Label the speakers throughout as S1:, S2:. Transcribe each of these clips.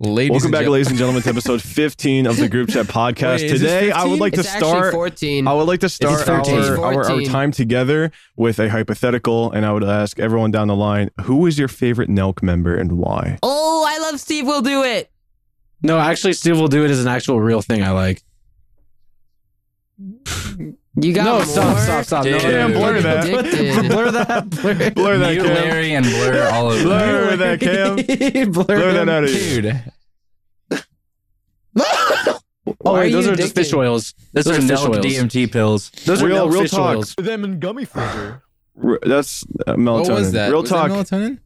S1: Ladies
S2: Welcome
S1: and
S2: back,
S1: gen-
S2: ladies and gentlemen, to episode 15 of the Group Chat Podcast.
S1: Wait, is this
S2: Today, I would
S1: 15?
S2: like to
S3: it's actually
S2: start.
S3: 14.
S2: I would like to start our,
S3: 14.
S2: our, our
S3: 14.
S2: time together with a hypothetical, and I would ask everyone down the line, who is your favorite Nelk member and why?
S3: oh, I love Steve. We'll do it.
S4: No, actually, Steve will do it as an actual real thing I like.
S3: You got
S4: no,
S3: more?
S4: stop, stop, stop. No,
S1: Dude. Damn, blur
S2: that.
S3: Addicted.
S4: blur that. Blur it.
S2: Blur that,
S1: Mute
S2: Cam.
S1: Larry and blur all of them.
S2: Blur that, Cam.
S4: blur,
S2: Blur that
S4: him.
S2: out of you.
S1: Dude,
S4: Oh,
S3: Why are
S4: wait, those
S3: you
S4: are just
S3: addicted?
S4: fish oils.
S1: those
S4: Those
S1: are
S4: are fish
S1: Nelk
S4: oils.
S1: DMT pills.
S4: Those
S2: Real-
S4: are real
S2: real
S4: fish
S2: talk.
S4: oils.
S5: Them and gummy flavor.
S2: R- That's uh, melatonin.
S1: What was that?
S2: Real
S1: Was
S2: talk.
S1: That melatonin?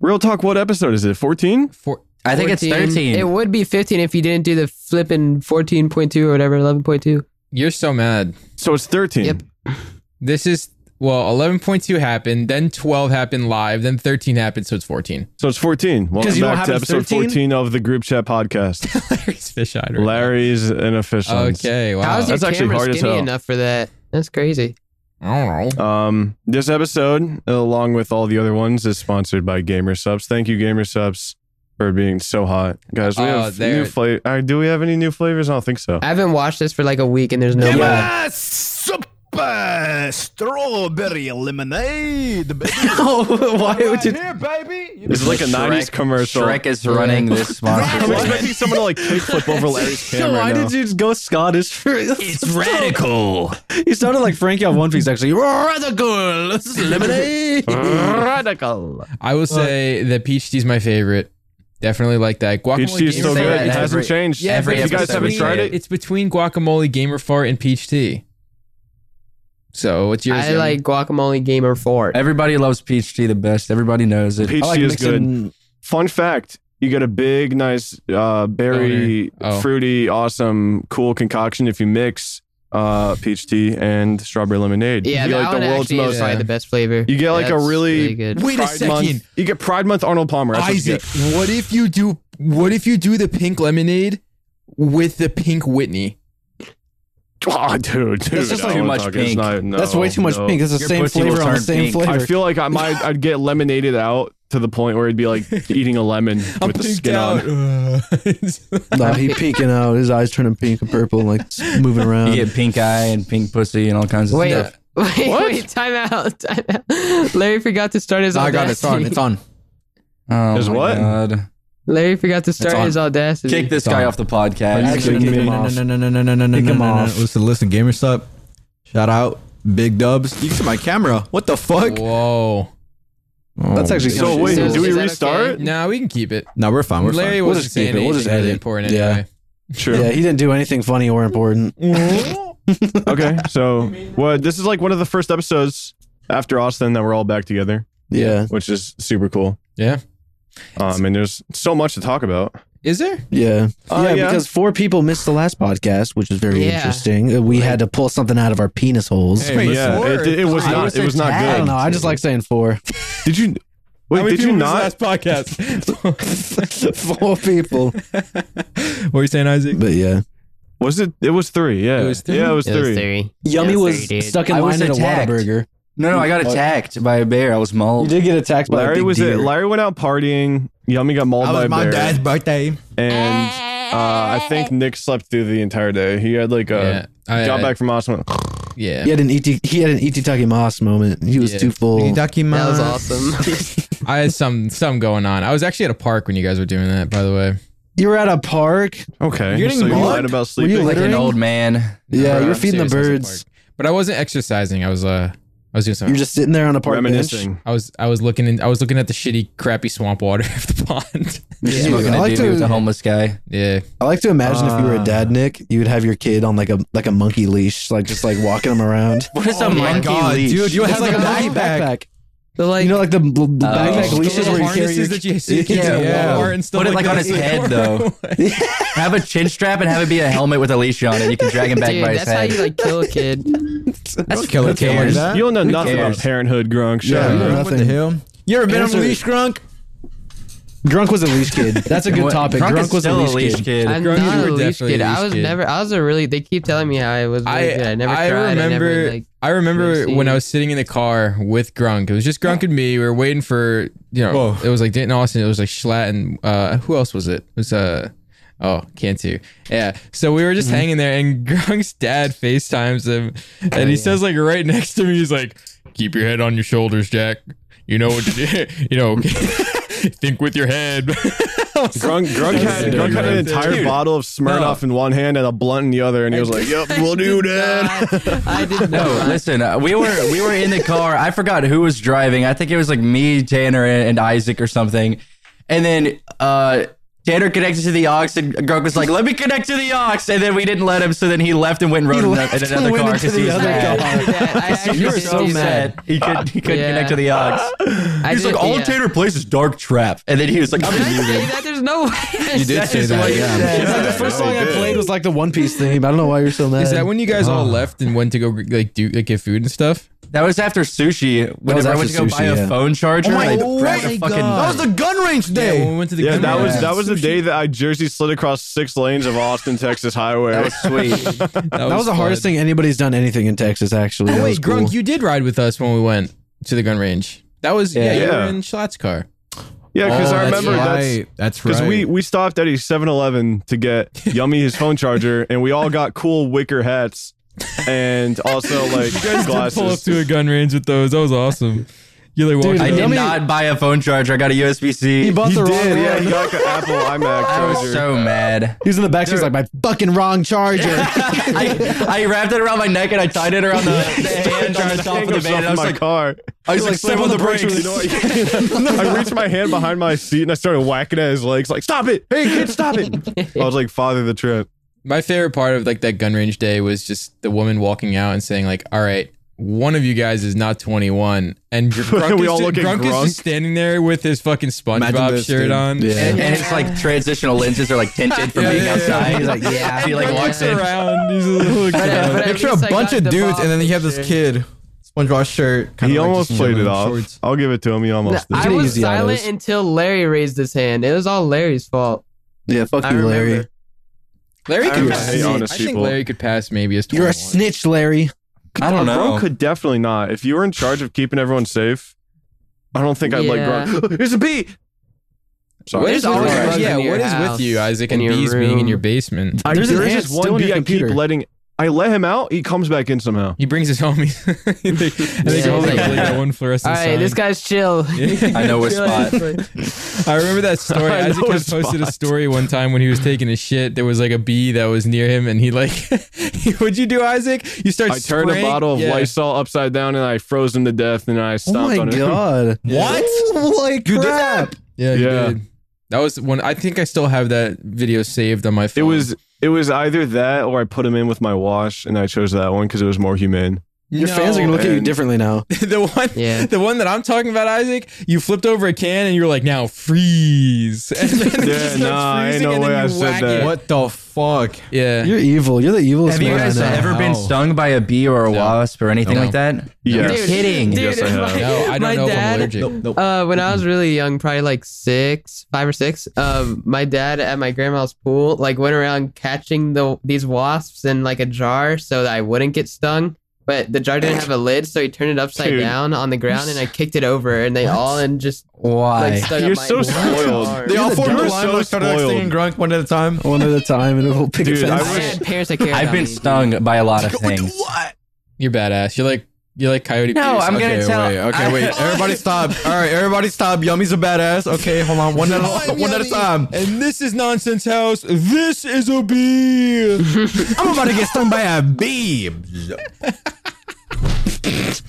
S2: Real talk. What episode is it? 14?
S1: Four, I think it's
S3: 14.
S1: 13.
S3: It would be 15 if you didn't do the flipping 14.2 or whatever, 11.2.
S6: You're so mad.
S2: So it's 13.
S3: Yep.
S6: This is well, eleven point two happened, then twelve happened live, then thirteen happened, so it's fourteen.
S2: So it's 14. Welcome
S4: you don't
S2: back
S4: have
S2: to
S4: a
S2: episode
S4: 13?
S2: 14 of the Group Chat Podcast.
S6: Larry's fish eyed.
S2: Larry's an official.
S6: Okay. Wow.
S3: How's your
S2: that's actually
S3: camera
S2: hard as
S3: skinny
S2: hell.
S3: enough for that? That's crazy.
S6: I don't know.
S2: Um, this episode, along with all the other ones, is sponsored by Gamer Subs. Thank you, Gamer Subs, for being so hot, guys. We
S6: Oh,
S2: have
S6: they're-
S2: new flavor. Uh, do we have any new flavors? I don't think so.
S3: I haven't watched this for like a week and there's no
S5: Give
S3: way.
S5: us super strawberry lemonade, baby.
S4: Oh, why would you?
S5: Here, baby. You
S2: This is like a '90s commercial.
S1: Shrek is running this monster.
S2: I'm
S1: segment.
S2: expecting someone to like kickflip over Larry's camera.
S4: why did you go Scottish? For, it's
S5: radical.
S4: You sounded like Frankie on One Piece, actually.
S5: Radical. This is lemonade.
S3: Radical.
S6: I will say that peach tea's my favorite. Definitely like that. Guacamole
S2: Peach tea is
S6: Gamer
S2: still
S1: say
S2: good.
S6: Fart-
S2: It
S1: that
S2: hasn't
S1: every-
S2: changed.
S6: Yeah,
S1: every
S6: but
S2: if you guys
S1: episode
S2: haven't
S1: we
S2: tried
S1: do.
S2: it,
S6: It's between guacamole, gamer fart, and peach tea. So what's yours?
S3: I
S6: Yemi?
S3: like guacamole gamer four.
S1: Everybody loves peach tea the best. Everybody knows it.
S2: peach
S4: I like
S2: tea is good.
S4: mixing-
S2: Fun fact: you get a big, nice, uh, berry,
S6: Oh.
S2: fruity, awesome, cool concoction if you mix uh, peach tea and strawberry lemonade.
S3: Yeah,
S2: you get,
S3: that
S2: like
S3: one
S2: the world's
S3: actually is
S2: most.
S3: probably the best flavor.
S2: You get like a
S3: That's
S2: really,
S3: good.
S6: Wait a
S2: Pride
S6: second.
S2: Month- You get Pride Month Arnold Palmer. That's what you
S6: Isaac,
S2: get.
S6: what if you do what if you do the pink lemonade with the pink Whitney?
S2: Oh, dude, dude.
S4: just
S2: I
S4: like
S2: don't
S4: too
S2: wanna
S1: much
S2: talk- it's
S1: pink.
S2: not- no,
S4: That's way too much
S2: no.
S4: pink. It's the
S1: Your
S4: same
S1: pussy will
S4: flavor on the
S1: turn
S4: same
S1: pink.
S4: flavor.
S2: I feel like I might, I'd get lemonaded out to the point where it'd be like eating a lemon
S6: I'm
S2: with the
S6: pinked
S2: skin
S6: out.
S2: on.
S4: nah, he pinking out. His eyes turning pink and purple, and like s- moving around.
S1: You get pink eye and pink pussy and all kinds of
S3: Wait,
S1: stuff.
S3: wait, wait, time out, time out. Larry forgot to start his
S4: I
S3: audacity.
S4: got it. It's on. It's on.
S1: Oh
S2: Is
S1: my
S2: what?
S1: God.
S3: Larry forgot to start
S1: on.
S3: his audacity.
S1: Kick this guy off the podcast.
S4: Actually,
S1: Kick
S4: no,
S1: him
S4: no,
S1: off.
S4: no, no, no, no, no, no, no,
S7: Pick
S4: no,
S7: him
S4: no,
S7: off.
S4: no.
S7: Listen, listen, GamerSup. Shout out. Big dubs. You see my camera. What the fuck?
S6: Whoa.
S4: That's actually
S2: So wait,
S3: So
S2: do we
S3: is that
S2: restart?
S3: okay?
S6: Nah, we can keep it.
S7: No, we're fine. We're
S6: Larry
S4: We'll
S6: wasn't
S4: just keep
S6: saying
S4: it. We'll
S6: anything
S4: just
S6: really
S4: edit.
S6: important
S4: Yeah.
S6: anyway.
S2: Sure.
S4: Yeah, he didn't do anything funny or important.
S2: Mm-hmm. Okay. So, well, this is like one of the first episodes after Austin that we're all back together,
S4: Yeah,
S2: which is super cool.
S6: Yeah.
S2: Um, and there's so much to talk about.
S6: Is there?
S4: yeah,
S2: Uh,
S4: yeah,
S2: yeah.
S4: Because four people missed the last podcast, which is very
S3: Yeah.
S4: interesting. Uh, We had to pull something out of our penis holes.
S6: Hey,
S2: yeah,
S6: listen.
S2: it, it was
S6: I would
S2: not.
S6: say
S2: It was not
S4: I don't
S2: good.
S4: know. I just like saying four.
S2: Did you?
S6: How
S2: Wait,
S6: many
S2: did you
S6: people was
S2: not?
S6: Last podcast.
S4: four people.
S6: what were you saying, Isaac?
S4: But yeah,
S2: Was it? It was three. Yeah.
S6: It was three?
S2: Yeah, it was
S3: It was
S2: three.
S3: three.
S4: Yummy
S3: Yeah,
S4: was
S3: sorry, dude.
S4: stuck in
S1: I
S4: line
S1: was
S4: at a
S1: attacked.
S4: Whataburger.
S1: No, no, I got
S4: What?
S1: attacked by a bear. I was
S4: You
S1: mauled.
S4: did get attacked by a
S2: Larry
S4: big
S2: was
S4: deer.
S2: it? Larry went out partying. Yummy got mauled
S7: That
S2: by a
S7: was my
S2: bear,
S7: dad's birthday.
S2: and uh, I think Nick slept through the entire day. He had like a
S6: I,
S2: got
S6: I-
S2: back from Austin. went,
S6: Yeah.
S4: He had an et he had an et taki mas moment. He was
S6: Yeah.
S4: too full.
S3: That
S6: Uh,
S3: was awesome.
S6: I had some some going on. I was actually at a park when you guys were doing that, by the way.
S4: You were at a park.
S2: Okay,
S7: You're getting
S2: so you
S7: mauled?
S2: lied about
S4: Were you
S2: sleeping.
S1: Like an
S4: littering?
S1: old man.
S4: Yeah,
S6: Bro,
S4: you were
S6: I'm
S4: feeding the
S6: serious, I was at a
S4: birds.
S6: park. But I wasn't exercising. I was uh I was doing
S4: You're
S6: something.
S4: just sitting there on a park bench.
S2: Reminiscing.
S6: I was I was looking in, I was looking at the shitty crappy swamp water of the pond.
S4: Yeah.
S1: Smoking
S4: I
S1: a
S4: like
S1: doobie with a
S4: to-
S1: homeless guy.
S6: yeah.
S4: I like to imagine if you were
S2: Ah.
S4: a dad, Nick, you would have your kid on like a like a monkey leash, like just like walking him around.
S1: What is
S7: Oh
S1: a
S7: my
S1: monkey
S7: God,
S1: leash?
S7: dude, you
S4: It's
S7: have
S4: like a monkey backpack.
S3: but like,
S4: you know, like the, the backpack
S1: The
S4: leashes
S6: The
S4: where you carry
S6: harnesses
S4: your
S6: that you see kids at
S7: Yeah.
S6: Walmart and stuff
S1: Put it, like,
S6: that.
S1: on his head, though. Have a chin strap and have it be a helmet with a leash on it. You can drag him back
S3: dude,
S1: by his
S3: that's how
S1: head.
S3: you like kill a kid.
S1: that's
S7: kill a
S1: who
S7: kid like
S1: cares?
S7: that.
S2: You don't know nothing
S1: cares?
S2: about parenthood, Grunk. Shut
S7: Yeah,
S2: up.
S7: you know what
S4: nothing.
S7: the hell? You ever been on
S4: Answer-
S7: a leash, Grunk?
S4: Drunk was a leash kid. That's a good
S1: What-
S4: topic.
S1: Drunk,
S4: Drunk,
S1: is
S4: was a
S1: still
S4: leash, kid.
S3: I'm
S6: Girl, you
S3: not
S6: were
S3: a leash
S6: definitely
S3: kid.
S6: a
S3: I
S6: leash
S3: was
S6: kid.
S3: never. I was a really. They keep telling me how I was really good. I never
S6: I
S3: cried. I
S6: remember
S3: never like.
S6: I remember when I
S3: succeeded.
S6: was sitting in the car with Grunk. It was just Grunk and me. We were waiting for you know
S7: Whoa.
S6: it was like Dayton Austin, it was like Schlatt and uh who else was it? It was uh oh Cantu. Yeah. So we were just
S3: Mm-hmm.
S6: hanging there and Grunk's dad FaceTimes him and
S3: Oh,
S6: he says like right next to me, he's like, Keep your head on your shoulders, Jack. You know what to do you know think with your head.
S2: Drunk, drunk, had, drunk had an entire bottle of Smirnoff in one hand and a blunt in the other, and he was like, "Yep, we'll do that."
S3: I didn't know.
S1: No, listen. Uh, we were we were in the car. I forgot who was driving. I think it was like me, Tanner, and, and Isaac or something. And then uh, Tanner connected to the aux, and Grunk was like, "Let me connect to the aux." And then we didn't let him. So then he left and went and rode in, a- in another car because he was
S3: I
S1: mad.
S3: actually did that. I actually
S1: You were
S3: did
S1: so
S3: do that.
S1: sad. He couldn't, he couldn't
S3: Yeah.
S1: connect to the aux.
S3: I
S1: He's
S3: did-
S1: like, all
S3: yeah.
S1: Tanner plays is Dark Trap. And then he was like, I'm
S3: Did I say
S1: muted.
S3: that? There's no way.
S7: You did say that, yeah.
S4: It's like the first song I played was like the One Piece thing, but I don't know why you're so mad.
S6: Is that when you guys all
S3: Uh,
S6: left and went to go like do like get food and stuff?
S1: That was after sushi. Whenever I
S4: after
S1: went to go buy
S4: sushi,
S1: a
S4: yeah.
S1: phone charger, I grabbed a fucking.
S7: That was the gun range day.
S6: when we went to the
S2: Yeah, that was
S6: Yeah.
S2: that was the day that I jersey slid across six lanes of Austin, Texas highway. That was sweet.
S4: That was the hardest thing anybody's done anything in Texas, actually.
S6: Oh,
S4: that
S6: wait,
S4: was cool.
S6: Grunk, you did ride with us when we went to the gun range. That was yeah, you were
S2: Yeah.
S6: in Schlatt's car.
S2: Yeah, because
S6: Oh,
S2: I remember that's
S7: Oh, right. That's
S2: because
S7: right.
S2: we we stopped at a 7-Eleven to get Yummy his phone charger, and we all got cool wicker hats and also like glasses.
S6: a gun range with those. That was awesome. You like
S4: Dude,
S1: I did
S4: Let me-
S1: not buy a phone charger. I got a USB
S4: He
S1: C.
S4: bought
S2: He Oh.
S4: the wrong
S2: did,
S4: one.
S2: yeah. He got an Apple iMac
S1: I was
S2: charger.
S1: so mad.
S4: He's in the back. He's like, my fucking wrong charger.
S1: I, I wrapped it around my neck and I tied it around the, the hand on the top of the van. And I was
S2: my
S1: like,
S2: car.
S1: I was like, step on the brakes.
S2: You know what? I reached my hand behind my seat and I started whacking at his legs, like, "Stop it! Hey, kid, stop it!" I was like, "Father the trip."
S6: My favorite part of like that gun range day was just the woman walking out and saying like, "All right, one of you guys is not 21," and Grunk,
S2: We
S6: is,
S2: all
S6: just,
S2: look at
S6: Grunk is
S2: Grunk.
S6: just standing there with his fucking SpongeBob
S7: this,
S6: shirt
S7: dude.
S6: on.
S7: Yeah.
S1: and, and it's like transitional lenses are like tinted from
S6: Yeah,
S1: being
S6: yeah, yeah.
S1: outside.
S6: He's
S1: like, yeah. He like
S6: Grunk
S1: walks
S6: looks
S1: in.
S6: around. He's a little
S3: at- but at
S7: Picture a
S3: least I
S7: bunch
S3: got
S7: of
S3: the
S7: dudes,
S3: Bob
S7: and then you have this kid, SpongeBob shirt. kinda
S2: He
S7: like
S2: almost
S7: just
S2: played
S7: chilling
S2: it
S7: in
S2: off.
S7: shorts.
S2: I'll give it to him. He almost did.
S3: I
S4: Should've
S3: was
S4: used the
S3: silent
S4: autos.
S3: until Larry raised his hand. It was all Larry's fault.
S4: yeah, fuck
S3: I
S4: you,
S3: remember.
S4: Larry.
S6: Larry
S2: I
S6: could
S2: hate
S6: pass. I,
S2: honest
S6: think
S2: people.
S6: Larry could pass maybe as 21.
S4: You're a snitch, Larry.
S1: I don't know.
S2: Gronk could definitely not. If you were in charge of keeping everyone safe, I don't think I'd
S3: Yeah.
S2: like Gronk. There's a bee. Sorry.
S6: What is
S3: There's
S6: always
S3: always drugs
S6: yeah,
S3: in your
S6: what is
S3: house,
S6: with you, Isaac,
S3: in
S6: and
S3: your
S6: bees being in
S3: room.
S6: your basement?
S2: I,
S4: There's
S2: there's
S4: an ant
S2: this
S4: still
S2: one bee
S4: in your
S2: I keep
S4: computer.
S2: letting. I let him out. He comes back in somehow.
S6: He brings his homies. I think
S3: Yeah,
S6: all
S3: he's
S6: they
S3: like-
S6: play that one fluorescent
S3: All right,
S6: sign.
S3: this guy's chill.
S6: Yeah.
S1: I know a
S3: Chill at
S1: spot.
S3: this point.
S6: I remember that story.
S2: I
S6: Isaac
S2: know
S6: has
S2: his
S6: posted a
S2: spot.
S6: story one time when he was taking a shit. There was like a bee that was near him, and he like, "What'd you do, Isaac? You start
S2: I turned a
S6: spraying-
S2: bottle of
S6: yeah.
S2: Lysol upside down and I froze him to death and I
S4: Oh
S2: stomped
S4: my
S2: on him.
S4: god.
S7: What? Like you crap.
S6: Yeah, you
S2: Yeah.
S6: did. That was one. I think I still have that video saved on my
S2: It
S6: phone.
S2: was it was either that or I put him in with my wash and I chose that one because it was more humane.
S4: Your fans are gonna look at you
S2: man.
S4: differently now.
S6: the one
S3: Yeah.
S6: the one that I'm talking about, Isaac, you flipped over a can and you were like, now freeze. And then it
S2: Yeah,
S6: just starts
S2: nah, ain't
S6: freezing
S2: no
S6: and
S2: way
S6: then
S2: I
S6: you
S2: said
S6: whack
S2: that.
S6: it.
S7: What the fuck?
S6: Yeah.
S4: You're evil. You're the evilest
S1: Have you
S4: man. uh,
S1: guys
S4: I know.
S1: ever been
S7: How?
S1: stung by a bee or a wasp or anything
S6: No.
S1: like that?
S2: Yes.
S1: You're kidding.
S3: Dude,
S2: Yes, I
S3: my-
S2: have.
S6: no, I
S3: my
S6: don't know if I'm
S3: dad-
S6: allergic.
S3: Uh, when I was really young, probably like six, five or six, um, my dad at my grandma's pool like went around catching the these wasps in like a jar so that I wouldn't get stung. But the jar didn't have a lid, so he turned it upside
S2: Dude.
S3: down on the ground, and I kicked it over, and they all and just
S1: Why?
S3: like stung
S2: You're
S3: up my
S2: so spoiled.
S3: arm.
S7: They all
S2: the
S7: formed a
S2: dumbest.
S7: line, like started like
S2: Spoiled.
S7: singing Grunk one at a time.
S4: One at a time, and it'll pick
S2: Dude,
S4: a
S2: I
S3: I
S2: wish-
S3: had parents that cared.
S1: I've
S3: about
S1: been
S3: me, dude.
S1: stung by a lot of things.
S6: You're badass. You're like you're like Coyote
S1: No,
S6: Pierce.
S1: I'm
S6: okay,
S1: gonna tell-
S6: Wait, okay,
S1: I-
S6: wait.
S7: Wait, everybody stop. All right, everybody stop. Yummy's a badass. Okay, hold on. One at a, one at a time.
S6: And this is Nonsense House. This is a bee.
S7: I'm about to get stung by a bee.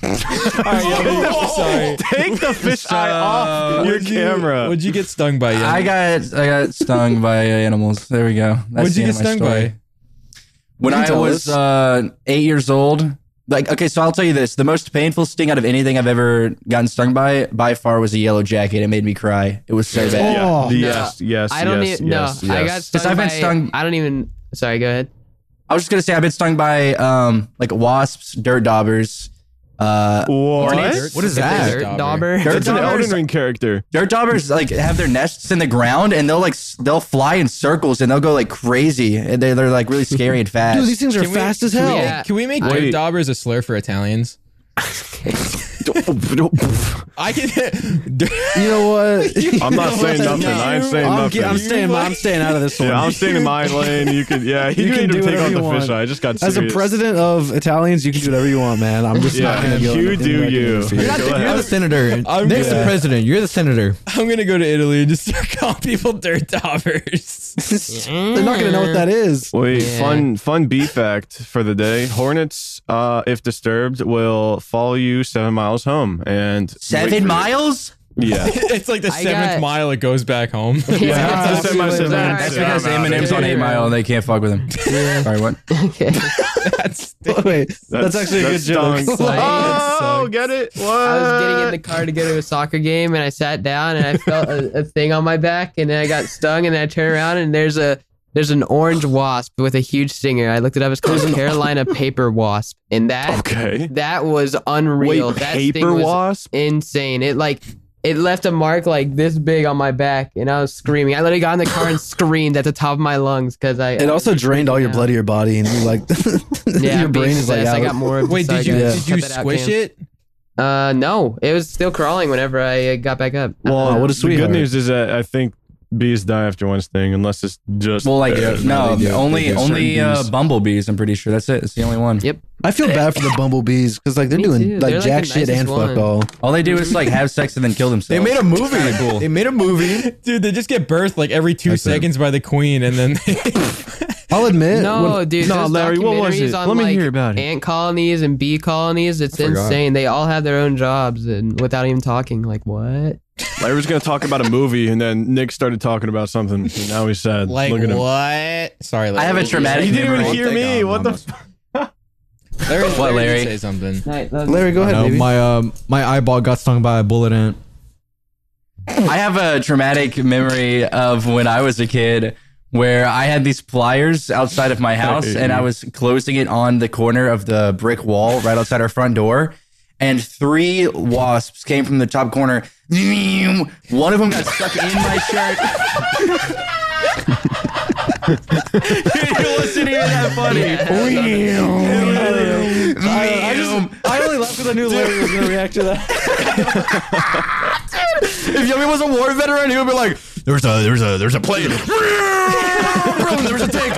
S6: Sorry.
S2: Take the fish eye off your
S6: What'd you-
S2: camera.
S6: What'd you get stung by?
S1: I got I got stung by animals. There we go.
S6: What'd
S1: That's the
S6: you
S1: end
S6: get
S1: of my
S6: stung
S1: story.
S6: by?
S1: When
S4: You
S1: I
S4: tell
S1: was
S4: us.
S1: uh, eight years old, like okay, so I'll tell you this: the most painful sting out of anything I've ever gotten stung by, by far, was a yellow jacket. It made me cry. It was so bad.
S2: yeah.
S4: Oh,
S2: yes, yes,
S3: I don't
S2: yes,
S3: even.
S2: yes,
S3: no, I got
S2: yes.
S1: Since
S3: stung.
S1: I've been
S3: by-
S1: stung-
S3: I don't even. Sorry, go ahead.
S1: I was just gonna say I've been stung by um like wasps, dirt daubers, Uh,
S2: What?
S7: What is that?
S3: Dirt dauber.
S1: Dirt
S2: It's an
S1: Dobbers-
S2: Elden Ring character.
S1: Dirt daubers like have their nests in the ground and they'll like s- they'll fly in circles and they'll go like crazy and they're, they're like really scary and fast.
S4: Dude, these things are
S6: Can we-
S4: fast as
S6: can we
S4: hell.
S6: make- Can we make dirt
S2: Wait.
S6: daubers a slur for Italians? I can. dirt-
S4: You know what?
S2: I'm not saying nothing. I ain't saying
S4: Uh, I'm,
S2: nothing.
S4: I'm staying. I'm staying out of this one.
S2: yeah, I'm staying in my lane. You could, yeah, you,
S4: You can
S2: need to
S4: do
S2: take
S4: whatever
S2: on the
S4: you want.
S2: fish eye. I just got
S4: As a
S2: serious.
S4: president of Italians, you can do whatever you want, man. I'm just
S2: Yeah,
S4: not gonna go.
S2: you
S4: in- in
S2: do
S4: that
S2: you.
S4: interfere.
S2: You're not
S7: You're the senator.
S6: I'm
S7: Nick's
S6: good.
S7: the president. You're the senator.
S6: I'm gonna go to Italy and just start calling people dirt daubers.
S4: They're not gonna know what that is.
S2: Wait,
S6: Yeah.
S2: fun fun bee fact for the day. Hornets, uh, if disturbed, will follow you seven miles home. And
S1: Seven miles?
S2: Yeah.
S6: it's like the
S3: I
S6: seventh
S3: got-
S6: mile it goes back home.
S2: Yeah, that's my
S3: All right.
S1: That's
S2: Yeah,
S1: because
S2: I'm outta
S1: Eminem's on
S3: here.
S1: Eight Mile and they can't fuck with him. Sorry, what?
S3: Okay.
S6: That's
S4: Wait, that's, actually a good joke.
S2: stunk.
S6: That
S2: Oh,
S6: sucks.
S2: get it? What?
S3: I was getting in the car to go to a soccer game, and I sat down, and I felt a, a thing on my back, and then I got stung, and then I turned around, and there's a there's an orange wasp with a huge stinger. I looked it up. It's called Carolina paper wasp, and that
S2: Okay.
S3: that was unreal.
S2: Wait,
S3: that
S2: paper
S3: sting was
S2: wasp?
S3: insane. It like it left a mark like this big on my back, and I was screaming. I literally got in the car and screamed at the top of my lungs because I.
S4: It also drained all your
S3: Yeah.
S4: blood of your body, and you like
S3: yeah,
S4: your brain is like,
S3: I
S4: out.
S3: got more. Of
S6: Wait,
S3: so I
S6: did you
S3: got-
S6: did you
S3: cut that out,
S6: squish
S3: Cam.
S6: it?
S3: Uh, no, it was still crawling whenever I uh, got back up.
S2: Well,
S4: what a
S2: the
S4: sweetheart.
S2: good news is that I think bees die after one sting, unless it's just.
S1: Well, like
S2: uh,
S1: no,
S7: they do. They
S1: only only
S7: do certain
S1: uh,
S7: bees.
S1: bumblebees. I'm pretty sure that's it. It's the only one.
S3: Yep.
S4: I feel bad for the bumblebees because like they're
S3: Me
S4: doing
S3: too.
S4: like
S3: They're, like,
S4: jack
S3: the
S4: shit
S3: nicest
S4: and
S3: one.
S4: fuck all.
S1: All they do is like have sex and then kill
S7: They
S1: themselves.
S7: made a movie. They made a movie.
S6: Dude, they just get birthed like every two
S7: That's it.
S6: seconds by the queen, and then
S4: I'll admit.
S3: No,
S4: when-
S3: dude.
S2: Nah,
S3: those
S2: Larry, what was
S3: documentaries
S2: it?
S3: On,
S2: Let me
S3: like,
S2: hear about it.
S3: Ant colonies and bee colonies. It's
S7: forgot.
S3: insane. They all have their own jobs and without even talking. Like what?
S2: Larry was going to talk about a movie, and then Nick started talking about something. And now he's sad.
S6: like
S2: Look at him.
S6: what? Sorry, Larry.
S1: I have a traumatic
S2: You didn't even
S1: memory.
S2: hear me. What the
S6: Larry,
S1: What,
S6: Larry?
S1: Larry?
S6: did Say something.
S4: Larry, go ahead,
S7: No,
S4: baby.
S7: my um, my eyeball got stung by a bullet ant.
S1: I have a traumatic memory of when I was a kid where I had these pliers outside of my house and I was closing it on the corner of the brick wall right outside our front door. And three wasps came from the top corner. One of them got stuck in my shirt. it wasn't even that funny. I, just,
S4: I only laughed because I knew Larry was gonna react to that.
S1: if Yummy was a war veteran, he would be like,
S5: There's a there's a there's a plane.
S1: there was a tank.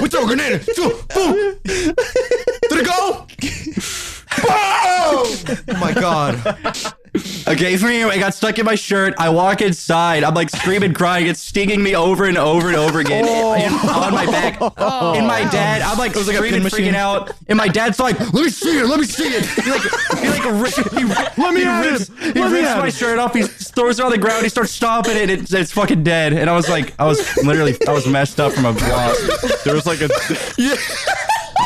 S5: we throw a grenade. Boom. Did it go?
S7: Oh my god!
S1: Okay, for me, I got stuck in my shirt. I walk inside. I'm like screaming, crying. It's stinging me over and over and over again in- on my back. and my
S3: Oh,
S1: dad, I'm like screaming, freaking out. And my dad's like, "Let me see it. Let me see it." He like, he like, ri- he, let me he
S2: at
S1: rips,
S2: him.
S1: he
S2: Let me
S1: rips
S2: at
S1: my
S2: him.
S1: shirt off. He throws it on the ground. He starts stomping it. It's, it's fucking dead. And I was like, I was literally, I was messed up from a blast.
S2: There was like a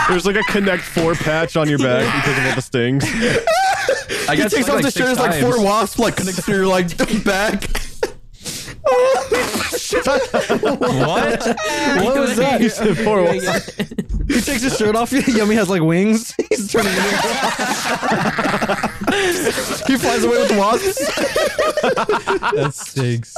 S2: There's like a Connect Four patch on your back because of all the stings.
S1: I got stuck, like, six times.
S7: wasps like connected to your like back.
S4: What was that? He said four wasps. He takes his shirt off. Yummy has like wings. He's turning. into a wasp. he flies away with wasps.
S6: That stinks.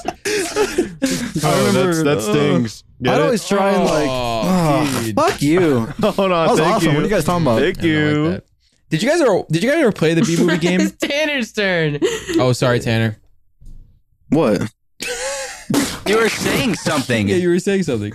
S2: Oh, that's, that stings. Get
S4: I'd
S2: it?
S4: always try and like,
S6: Oh, dude.
S4: fuck you.
S2: Hold on.
S7: That was
S2: thank
S7: awesome.
S2: You.
S7: What are you guys talking about?
S2: Thank
S6: I don't
S2: you.
S6: like that. Did you guys ever? Did you guys ever play the B movie game?
S3: It's Tanner's turn.
S6: Oh, sorry, Tanner.
S4: What?
S1: You were saying something.
S6: Yeah,
S1: you
S6: you were saying something.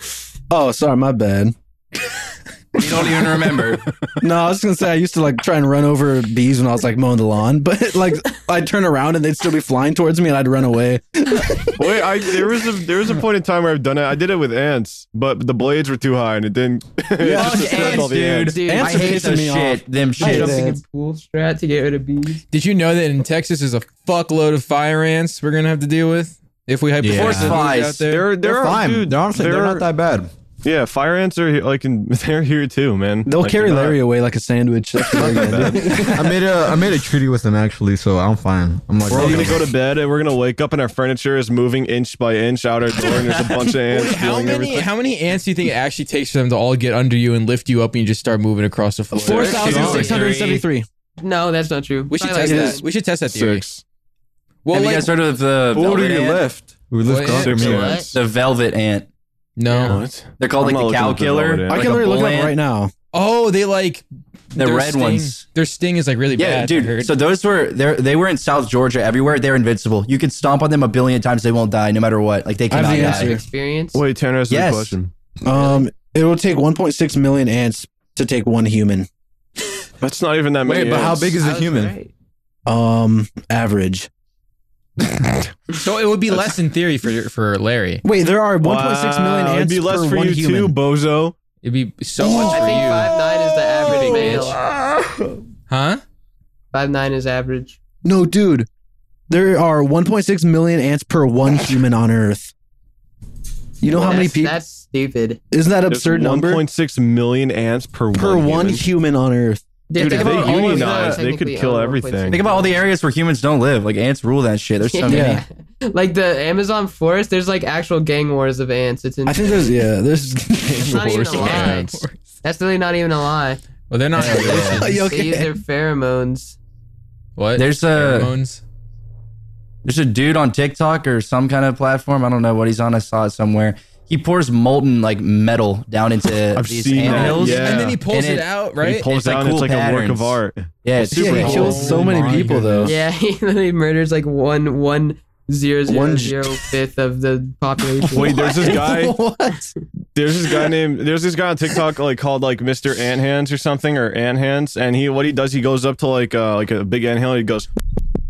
S4: Oh, sorry, my bad.
S1: don't even remember.
S4: No, I was just gonna say I used to like try and run over bees when I was like mowing the lawn, but like I'd turn around and they'd still be flying towards me, and I'd run away.
S2: Wait, I there was a there was a point in time where I've done it. I did it with ants, but the blades were too high and it didn't. it
S1: Fuck
S2: just disturbed all
S1: ants,
S2: the
S1: dude.
S2: ants.
S3: Dude,
S1: I
S4: Ants are
S1: hate
S4: pissing
S1: those
S4: me off.
S1: shit. Them
S4: I hate
S1: shit.
S4: it.
S3: Like a pool strat to get rid of bees.
S6: Did you know that in Texas there's a fuckload of fire ants we're gonna have to deal with if we hypothetically
S1: Forest
S6: yeah.
S1: flies.
S6: out there?
S2: There, there
S7: They're
S2: are
S7: fine.
S2: dude.
S7: they're honestly they're
S2: there
S7: not
S2: are-
S7: that bad.
S2: Yeah, fire ants are here, like in, they're here too, man.
S4: They'll
S2: Like,
S4: carry
S2: they're not-
S4: Larry away like a sandwich. That's what they're gonna do.
S7: I made a I made a treaty with them actually, so I'm fine. I'm like,
S2: We're all
S7: okay.
S2: gonna go to bed and we're gonna wake up and our furniture is moving inch by inch out our door and there's a bunch of ants
S6: How
S2: stealing
S6: many
S2: everything.
S6: how many ants do you think it actually takes for them to all get under you and lift you up and you just start moving across the floor?
S4: Four thousand six hundred seventy-three.
S3: No, that's not true.
S6: We should
S3: Probably
S6: test
S3: like
S6: that. We should test that theory.
S2: Six.
S6: Well,
S1: Have
S6: like-
S1: you guys heard of the
S7: What do
S1: velvet
S7: you
S1: ant?
S7: lift? We lift
S6: Well,
S7: up.
S2: Six
S6: yeah.
S2: ants.
S1: The velvet ant.
S6: no.
S1: They're called
S2: I'm
S1: like
S2: not
S1: the
S2: looking
S1: cow
S2: at the
S1: killer.
S2: velvet ant.
S4: I
S1: like
S4: can
S1: a
S4: literally look
S1: bull
S4: it up
S1: ant.
S4: right now.
S6: Oh, they like
S1: The
S6: their
S1: red
S6: sting-
S1: ones.
S6: Their sting is like really
S1: Yeah,
S6: bad. I
S1: dude.
S6: heard.
S1: So those were they they were in South Georgia everywhere. They're invincible. You could stomp on them a billion times, they won't die, no matter what. Like they
S4: I have
S1: cannot
S4: the
S1: die.
S3: that
S4: answer.
S3: experience.
S2: Wait, Tanner has a
S1: Yes.
S2: question.
S4: Um, it will take 1.6 million ants to take one human.
S2: That's not even that many.
S7: Wait, but how
S2: ants.
S7: big is
S3: I
S7: a
S3: was
S7: human?
S3: right.
S4: Um, average.
S6: So it would be less in theory for for Larry.
S4: Wait, there are 1.6 million
S2: Wow,
S4: ants
S2: It'd be less
S4: per
S2: for
S4: one
S2: you
S4: human.
S2: too, bozo.
S6: It'd be so much
S3: I
S6: for
S3: think
S6: you,
S3: five nine is the average male.
S6: huh?
S3: Five nine is average.
S4: No, dude, there are 1.6 million ants per one human on Earth. You know how many
S3: That's-
S4: people?
S3: That's stupid.
S4: Isn't that
S2: There's
S4: absurd number?
S2: 1.6 million ants per
S4: per
S2: one
S4: one
S2: human.
S4: human on Earth.
S3: Dude,
S2: if
S1: they
S2: unionized, they could kill everything.
S1: Think about all the areas where humans don't live. Like ants rule that shit. There's so many.
S4: Yeah,
S3: Like the Amazon forest, there's like actual gang wars of ants. It's in-
S4: I think there's yeah, there's
S3: It's not even a
S4: Horse
S3: lie.
S4: ants.
S3: That's really not even a lie.
S6: Well, they're not.
S4: Are you
S3: They use
S4: okay?
S3: their pheromones.
S6: what?
S1: There's uh,
S2: uh,
S1: a
S6: pheromones.
S1: there's a dude on TikTok or some kind of platform. I don't know what he's on. I saw it somewhere. He pours molten like metal down into
S2: I've
S1: these
S2: seen that,
S1: animals.
S2: yeah.
S6: and then he pulls
S1: And
S6: it,
S1: it-
S6: out, right?
S2: He pulls
S1: It's like
S2: down,
S1: cool
S2: it's like a work
S1: patterns.
S2: of art.
S1: Yeah, it's
S4: Yeah,
S1: super
S4: he
S1: cool.
S4: kills so many
S6: my
S4: people though.
S3: Yeah, he literally murders like one one zero zero
S4: One j-
S3: zero fifth of the population. Oh,
S2: Wait, there's this guy.
S4: what?
S2: There's this guy named. There's this guy on TikTok like called like Mr. Ant Hands or something or Ant Hands, and he what he does he goes up to like uh like a big ant hill. He goes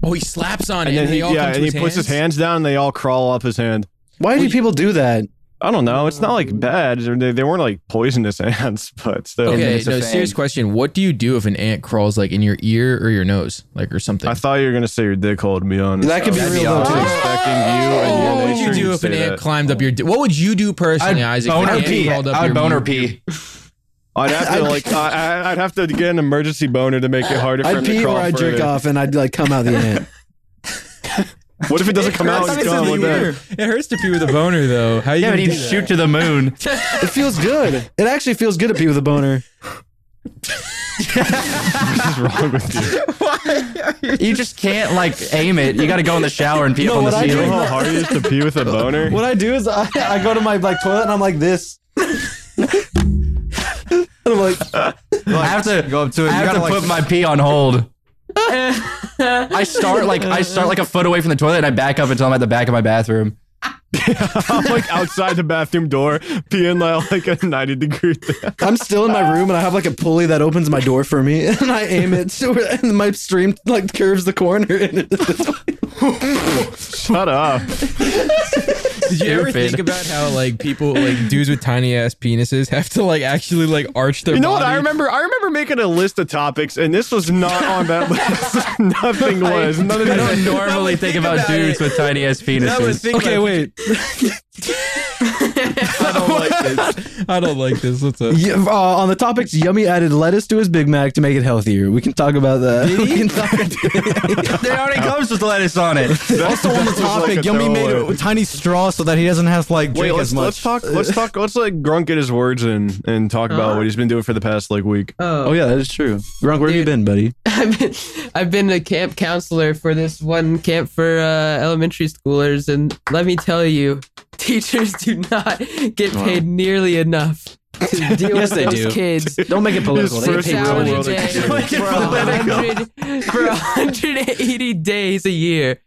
S6: Oh, he slaps on it,
S2: and
S6: and,
S2: then
S6: they
S2: he
S6: all
S2: yeah
S6: come to
S2: and he
S6: his
S2: puts his
S6: hands.
S2: hands down and they all crawl up his hand.
S4: Why do people do that?
S2: I don't know. It's not like bad. They, they weren't like poisonous ants, but still.
S1: then
S6: Okay,
S1: it's a
S6: no,
S1: fan.
S6: serious question. What do you do if an ant crawls like in your ear or your nose, like or something?
S2: I thought you were gonna say your dick hole. To be honest,
S4: That could be
S1: That'd be
S4: real though.
S2: I
S1: awesome.
S4: Too.
S2: was expecting you and your
S6: Oh, what would
S2: nature
S6: you do
S2: to
S6: if an
S2: say
S6: ant
S2: that.
S6: climbed up your? Di- what would you do personally, Isaac? if an
S1: boner
S6: ant
S1: pee.
S6: crawled up
S1: I would
S6: your-
S1: boner pee.
S2: I'd have to like I, I- I'd have to get an emergency boner to make it harder for him
S4: I'd
S2: to
S4: pee
S2: crawl
S4: or I'd jerk
S2: further.
S4: off and I'd like come out the ant.
S2: What if it doesn't come
S6: It
S2: out? It's
S6: hurts
S2: gone
S6: to
S2: like
S6: pee
S2: that.
S6: with- it hurts to pee with a boner though. How you
S1: Yeah, but
S6: gonna
S1: he'd
S6: do that?
S1: shoot to the moon.
S4: It feels good. It actually feels good to pee with a boner.
S2: What's wrong with you?
S1: you just can't like aim it. You got to go in the shower and pee up on
S4: what
S1: the
S4: I
S2: You know
S1: ceiling.
S2: how hard it is to pee with a boner?
S4: What I do is I, I go to my like toilet and I'm like this. and I'm like
S1: I have to
S7: Go up to it.
S1: I have
S7: you gotta,
S1: to
S7: like,
S1: put my pee on hold. I start like I start like a foot away from the toilet and I back up until I'm at the back of my bathroom.
S2: I'm like outside the bathroom door, peeing like, like a 90 degree thing.
S4: I'm still in my room and I have like a pulley that opens my door for me and I aim it so and my stream like curves the corner.
S2: Shut up.
S6: Did you ever
S1: Stupid.
S6: think about how like people like dudes with tiny ass penises have to like actually like arch their
S2: You know what?
S6: body?
S2: I remember I remember making a list of topics, and this was not on that list. Nothing was. None of
S1: I
S2: that.
S1: don't normally think about
S6: about
S1: dudes with tiny ass penises.
S6: okay,
S4: wait.
S6: I don't like this. I don't like this. What's up?
S4: Yeah, uh, on the topics, Yummy added lettuce to his Big Mac to make it healthier. We can talk about that. We can talk-
S1: It already comes with lettuce on it.
S7: also on the
S2: That was like
S7: topic,
S2: a
S7: Yummy made
S2: throwaway.
S7: a tiny straw so that he doesn't have to like
S2: Wait,
S7: drink
S2: let's
S7: as much.
S2: let's talk. Let's talk. Let's like Grunk get his words in and talk
S7: Uh-huh.
S2: about what he's been doing for the past like week.
S4: oh yeah, that is true. Gronk, where have you
S3: Dude.
S4: been, buddy?
S3: I've been, I've been a camp counselor for this one camp for uh, elementary schoolers, and let me tell you, teachers do not get paid nearly enough to deal with
S4: they
S3: those
S4: do.
S3: kids.
S4: Don't make it political.
S2: His
S4: They
S2: first
S4: hate
S2: real
S4: politics.
S2: world
S3: Day
S2: experience.
S3: for 100 for 180 days a year.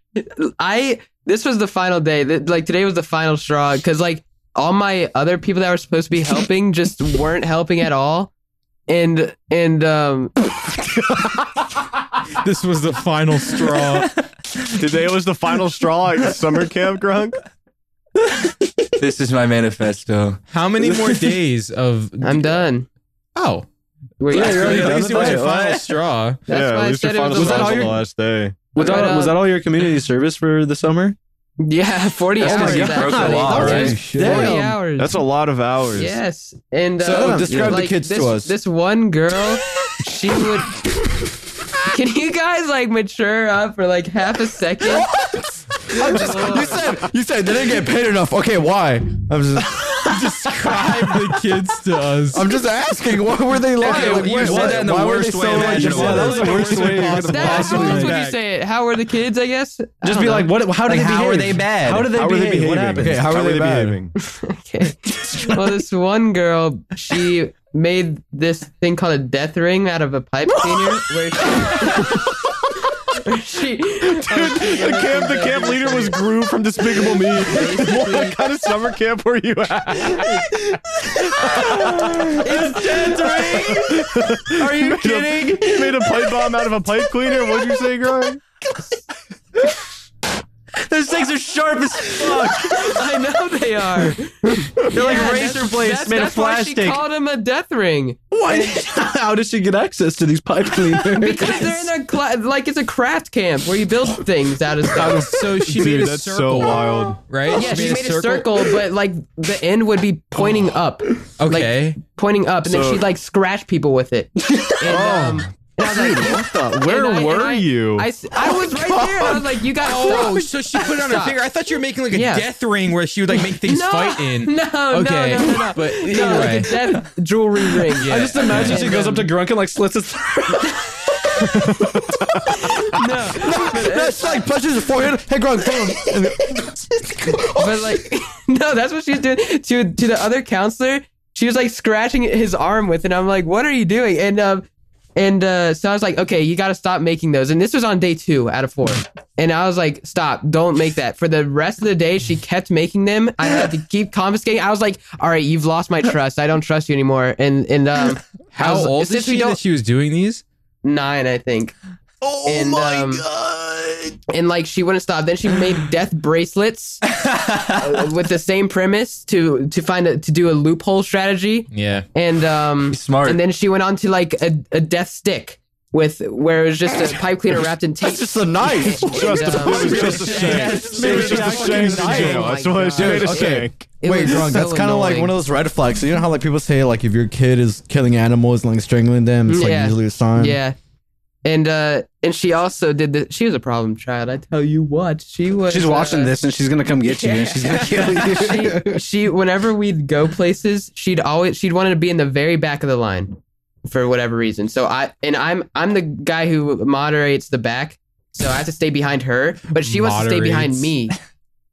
S3: I this was the final day. Th- Like today was the final straw because like all my other people that were supposed to be helping just weren't helping at all. And and um
S6: This was the final straw.
S2: Today was the final straw at summer camp, Grunk.
S1: This is my manifesto.
S6: How many more days of?
S3: I'm done.
S6: Oh,
S3: Wait,
S4: Yeah, you're
S6: at
S4: already done
S6: least
S4: with
S6: it was
S4: that.
S6: your final straw.
S3: That's
S2: yeah,
S3: why
S2: at least
S3: I
S2: your
S3: said it
S2: final
S3: was a
S2: straw
S4: Was that
S2: was
S4: all
S2: the
S4: your-
S2: last day.
S4: Was that,
S3: But, uh,
S4: was that all your community service for the summer?
S3: Yeah, 40
S1: That's 'cause
S3: hours.
S1: you broke the
S3: actually.
S1: law, right?
S7: Holy
S3: 40
S7: shit.
S3: hours.
S2: That's a lot of hours.
S3: Yes. And uh,
S7: So, describe the
S3: like,
S7: kids to
S3: this,
S7: us.
S3: This one girl, she would. Can you guys like mature up for like half a second? Oh.
S7: I'm just, you said you said they didn't get paid enough. Okay, why? I'm just
S6: Describe the kids to us.
S7: I'm just asking. What were they like?
S1: Okay,
S7: Like,
S1: you
S7: what-
S1: said that in the
S7: why were
S1: worst
S7: they
S1: way
S7: so like-
S1: imaginable.
S7: Yeah, that was the worst way. you could
S3: That-
S7: possibly-
S3: how else would you
S6: Back.
S3: say it? How are the kids? I guess. I
S4: Just
S3: don't
S4: be
S3: know.
S4: like, what? How did
S1: Like,
S4: they
S1: how
S4: behave?
S1: are they bad?
S4: How did they
S2: How were
S4: behave?
S2: they behaving?
S4: What happened?
S7: Okay, how are
S2: were
S7: they bad?
S2: behaving?
S3: Okay. well, this one girl, she made this thing called a death ring out of a pipe cleaner, where she. where she
S2: the camp, the camp leader was Gru from Despicable Me. what kind of summer camp were you at?
S1: Are you kidding?
S2: You made a pipe bomb out of a pipe cleaner. What'd you say, Greg?
S1: Those things are sharp as fuck.
S3: I know they are.
S1: They're like
S3: Yeah,
S1: razor
S3: that's-
S1: blades
S3: that's-
S1: made of
S3: that's why She
S1: plastic.
S3: called him a death ring
S4: Why? did- How did she get access to these pipe cleaners?
S3: because they're in a cla- like it's a craft camp where you build things out of stuff.
S6: So she made a
S2: Dude, that's so
S6: circle,
S2: wild.
S6: right?
S3: Yeah, she made a circle, Oh. but like the end would be pointing up.
S6: Okay.
S3: Like, pointing up, and
S2: So-
S3: then she'd like scratch people with it. And, um, and I was like,
S2: What the? Where
S3: and I-
S2: were
S3: and I-
S2: you?
S3: I, s- I was right there. I was like, you got
S6: Oh,
S3: oh,
S6: so she put it on her
S3: Stop.
S6: finger. I thought you were making like a
S3: Yeah.
S6: death ring where she would like make things
S3: no,
S6: fight in.
S3: No, no,
S6: okay,
S3: no, no, no.
S6: but
S3: No, like
S6: anyway.
S3: a death jewelry ring.
S6: Yeah.
S4: I just imagine she goes up to Grunk and like slits his
S7: That's like punches the forehead. Hey, Greg, boom.
S3: But like, no, that's what she was doing to to the other counselor. She was like scratching his arm with, it, and I'm like, what are you doing? And um, and uh, so I was like, okay, you got to stop making those. And this was on day two out of four. And I was like, stop, don't make that. For the rest of the day, she kept making them. I had to keep confiscating. I was like, all right, you've lost my trust. I don't trust you anymore. And and um, I
S6: How
S3: was-
S6: old is
S3: since
S6: she
S3: we
S6: that she was doing these?
S3: nine, I think. Oh my god! And like she wouldn't stop. Then she made death bracelets uh, with the same premise to to find a, to do a loophole strategy.
S6: Yeah.
S3: And um,
S1: smart.
S3: And then she went on to like a, a death stick with where it was just a pipe cleaner wrapped in tape.
S7: That's just a knife.
S2: just a,
S3: um,
S2: it was just a shank. It was just a shank in jail.
S3: Oh my
S2: That's why she
S3: God.
S2: made a
S7: Okay.
S2: shank.
S3: It
S7: Wait,
S3: was
S7: drunk.
S3: so
S7: that's kind of like
S3: annoying.
S7: one of those red flags. So you know how like people say like if your kid is killing animals and like strangling them, it's like
S3: Yeah.
S7: usually a sign.
S3: Yeah. And uh, and she also did this. She was a problem child. I tell you what, she was.
S4: She's watching
S3: uh,
S4: this and she's gonna come get you and she's gonna kill you.
S3: she, she whenever we'd go places, she'd always she'd wanted to be in the very back of the line for whatever reason. So I and I'm I'm the guy who moderates the back, so I have to stay behind her, but she wants to stay behind me.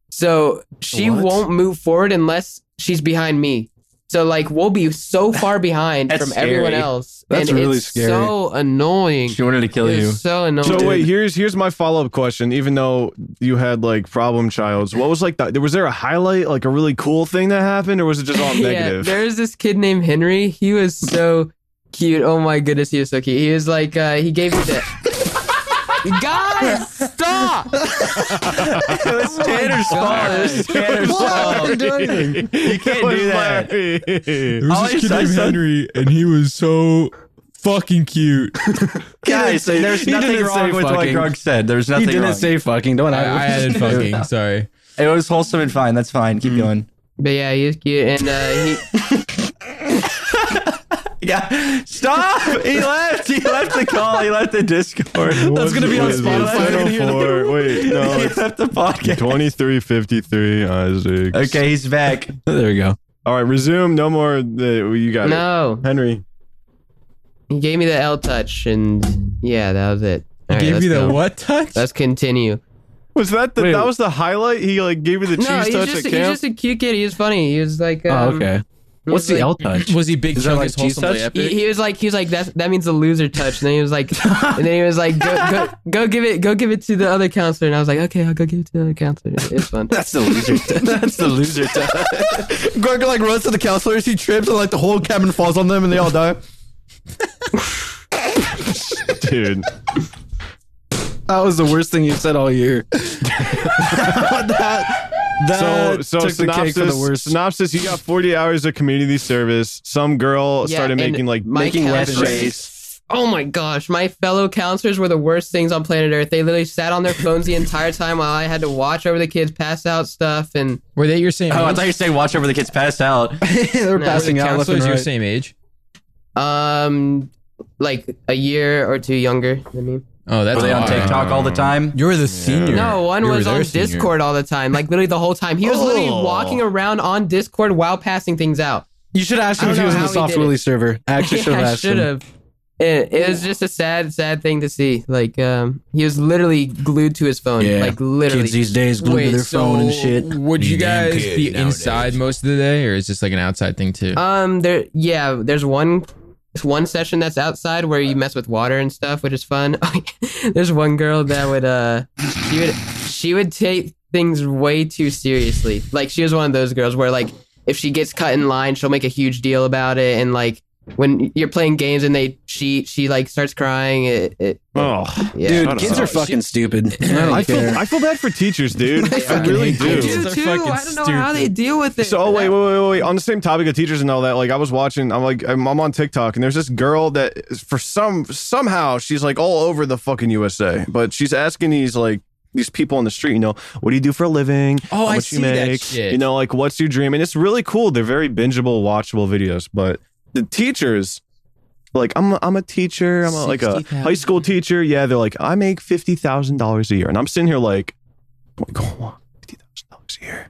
S3: So she
S7: What?
S3: won't move forward unless she's behind me. So like we'll be so far behind
S1: That's
S3: from everyone
S1: scary.
S3: else.
S4: That's
S3: and
S4: really
S3: it's
S4: scary.
S3: So annoying.
S1: She wanted to kill
S3: It
S1: you.
S3: was so annoying.
S2: So wait, here's here's my follow up question. Even though you had like problem childs, what was like the, was there a highlight, like a really cool thing that happened, or was it just all negative?
S3: Yeah, there's this kid named Henry. He was so cute. Oh my goodness, he was so cute. He was like, uh, he gave me the. Guys, stop!
S1: It's Tanner's fault.
S3: God.
S1: It's Tanner's fault. You can't do that.
S2: that.
S1: was this kid named
S6: Henry, and he was so fucking cute.
S1: Guys, there's
S4: he
S1: nothing
S4: didn't
S1: wrong
S4: say
S1: with what
S4: fucking.
S1: Grug said. There's
S4: He
S1: nothing
S4: didn't
S1: wrong.
S4: say fucking. Don't
S6: I, I added fucking. Sorry.
S1: it was wholesome and fine. That's fine. Keep going.
S3: But yeah, he was cute, and uh, he
S1: Yeah. Stop! He left. He left the call. He left the Discord.
S4: That's gonna be on Spotify. You're gonna hear the-
S2: Wait, no,
S1: he
S2: it's
S1: left the podcast.
S2: twenty three fifty three. Isaac.
S1: Okay, he's back.
S4: There we go.
S2: All right, resume. No more. The, well, you got
S3: no,
S2: it, Henry.
S3: he gave me the L touch, and yeah, that was it. All right,
S6: Gave
S3: let's
S6: you the
S3: go.
S6: what touch?
S3: Let's continue.
S2: Was that the,
S4: Wait.
S2: that was the highlight? He like gave you the
S3: No,
S2: cheese
S3: he's
S2: touch
S3: just,
S2: at
S3: he's
S2: camp.
S3: just a cute kid. He was funny. He was like, um,
S4: oh,
S3: he
S4: okay.
S3: was
S4: What's the
S3: like-
S4: L touch?
S6: was he big
S4: Is that
S6: chunk
S4: like
S6: is
S4: cheese
S6: wholesomely
S4: touch?
S6: epic?
S3: He, he was like, he was like, that that means a loser touch. And then he was like, and then he was like, go, go, go give it, go give it to the other counselor. And I was like, okay, I'll go give it to the other counselor. It's fun.
S4: That's the loser. That's the loser. touch.
S7: Greg like runs to the counselors. He trips and like the whole cabin falls on them and they all die.
S2: Dude,
S4: That was the worst thing you said all year.
S2: so
S4: that
S2: so
S4: took the
S2: synopsis.
S4: cake for the worst.
S2: Synopsis: You got forty hours of community service. Some girl
S3: Yeah,
S2: started
S3: and
S2: making like
S3: my
S4: making
S3: counselor-
S4: weapons.
S3: oh my gosh, my fellow counselors were the worst things on planet Earth. They literally sat on their phones the entire time while I had to watch over the kids, pass out stuff, and
S6: Were they your same?
S1: Oh, I
S6: age?
S1: thought you were saying watch over the kids pass out.
S4: They're
S3: No,
S4: passing out left
S6: counselors
S4: and
S6: your
S4: right.
S6: same age.
S3: um, like a year or two younger than me.
S6: Oh, that's
S1: Were they on
S6: odd.
S1: TikTok all the time?
S7: You're the senior.
S3: No, one
S7: You were
S3: was
S7: their
S3: on
S7: senior.
S3: Discord all the time, like literally the whole time. He was literally walking around on Discord while passing things out.
S4: You should have asked
S3: I
S4: him
S3: don't
S4: if
S3: know
S4: he was in
S3: how
S4: the
S3: he
S4: soft
S3: did it.
S4: Willie server. I actually should have
S3: I
S4: asked
S3: should
S4: him.
S3: have. It, it was just a sad, sad thing to see. Like, um, he was literally glued to his phone.
S4: Yeah.
S3: Like, literally.
S4: Kids these days glued to their phone and shit.
S6: Would you
S7: You damn
S6: guys
S7: kid
S6: be
S7: nowadays.
S6: inside most of the day, or is this like an outside thing too?
S3: Um, there, yeah, there's one, there's one session that's outside where you mess with water and stuff, which is fun. Oh, there's one girl that would, uh, she would, she would take things way too seriously. Like she was one of those girls where like if she gets cut in line, she'll make a huge deal about it, and like when you're playing games and they cheat, she like starts crying. It, it
S2: Oh,
S3: yeah.
S4: Dude,
S2: I don't
S4: kids
S2: know.
S4: are fucking stupid. I don't
S2: I feel
S4: care.
S2: I feel bad for teachers, dude. I really
S3: I
S2: do.
S3: do
S6: They're
S3: too. I
S6: fucking
S3: don't know how they deal with it.
S2: So oh, wait, wait, wait, wait. On the same topic of teachers and all that, like I was watching, I'm like, I'm, I'm on TikTok, and there's this girl that is- for some somehow she's like all over the fucking USA, but she's asking these like these people on the street, you know, what do you do for a living?
S6: Oh,
S2: How
S6: I
S2: much you
S6: see that
S2: make?
S6: shit.
S2: You know, like what's your dream? And it's really cool. They're very bingeable, watchable videos, but the teachers. Like I'm, a, I'm a teacher. I'm a, like a
S6: 60,000.
S2: high school teacher. Yeah, they're like I make fifty thousand dollars a year, and I'm sitting here like, "Oh fifty thousand dollars a year.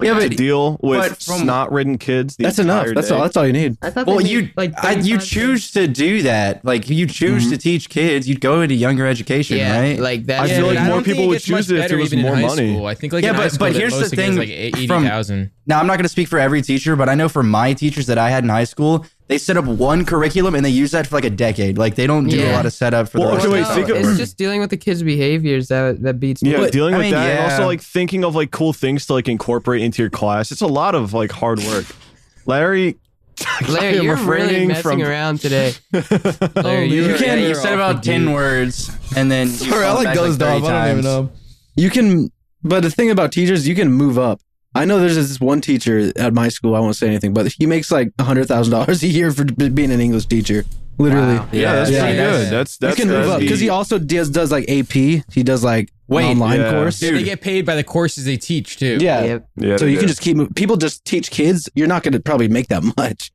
S2: Like,
S1: Yeah,
S2: to
S1: but-
S2: deal with
S1: but from-
S2: snot-ridden kids. The
S4: That's enough.
S2: entire
S4: That's
S2: day.
S4: all. That's all you need.
S3: I thought
S1: Well, you
S3: like
S1: I, you
S3: 35
S1: choose to do that. Like you choose
S2: Mm-hmm.
S1: to teach kids. You'd go into younger education,
S3: yeah,
S1: right?
S3: like that.
S2: I feel like
S6: but
S2: more
S6: don't think
S2: people
S6: it
S2: would
S6: gets much
S2: choose it if
S6: better
S2: it was
S6: even in
S2: more
S6: high
S2: money.
S6: school. I think like
S1: Yeah,
S6: in high
S1: but-
S6: school,
S1: but
S6: the
S1: here's the
S6: most it gets,
S1: thing
S6: like eighty
S1: from-
S6: thousand.
S1: Now, I'm not going to speak for every teacher, but I know for my teachers that I had in high school, they set up one curriculum and they use that for like a decade. Like they don't do a
S3: Yeah.
S1: lot of setup for
S2: Well,
S1: the
S2: okay,
S1: rest
S2: wait,
S1: of the
S2: think of-
S1: hours.
S3: it's just dealing with the kids' behaviors that that beats me.
S2: Yeah,
S1: But-
S2: dealing
S1: I
S2: with
S1: mean,
S2: that, and also
S1: yeah.
S2: like thinking of like cool things to like incorporate into your class. It's a lot of like hard work. Larry, I
S3: Larry,
S2: am
S3: you're really
S2: refraining
S3: messing
S2: from-
S3: around today.
S6: Larry,
S3: you
S6: are-
S1: You can. You
S6: Oh, you're
S1: said
S6: off
S1: about
S6: the
S1: ten
S6: deep.
S1: words, and then you
S7: Sorry, I
S1: fall
S7: like
S1: back,
S7: those
S1: 30
S7: dogs. I don't
S1: times.
S7: even know.
S4: You can, but the thing about teachers, you can move up. I know there's this one teacher at my school. I won't say anything, but he makes like hundred thousand dollars a year for b- being an English teacher. Literally,
S3: Wow.
S2: yeah, that's
S4: yeah,
S2: pretty
S6: that's-
S2: good. That's
S4: you
S2: that's
S4: can move
S2: that's
S4: up
S2: the-
S4: because he also does does like AP. He does like
S1: Wait,
S4: an online
S2: yeah.
S4: course.
S6: They get paid by the courses they teach too.
S4: Yeah.
S3: Yep.
S2: Yeah,
S4: So you
S2: yeah.
S4: can just keep mo- people just teach kids. You're not going to probably make that much.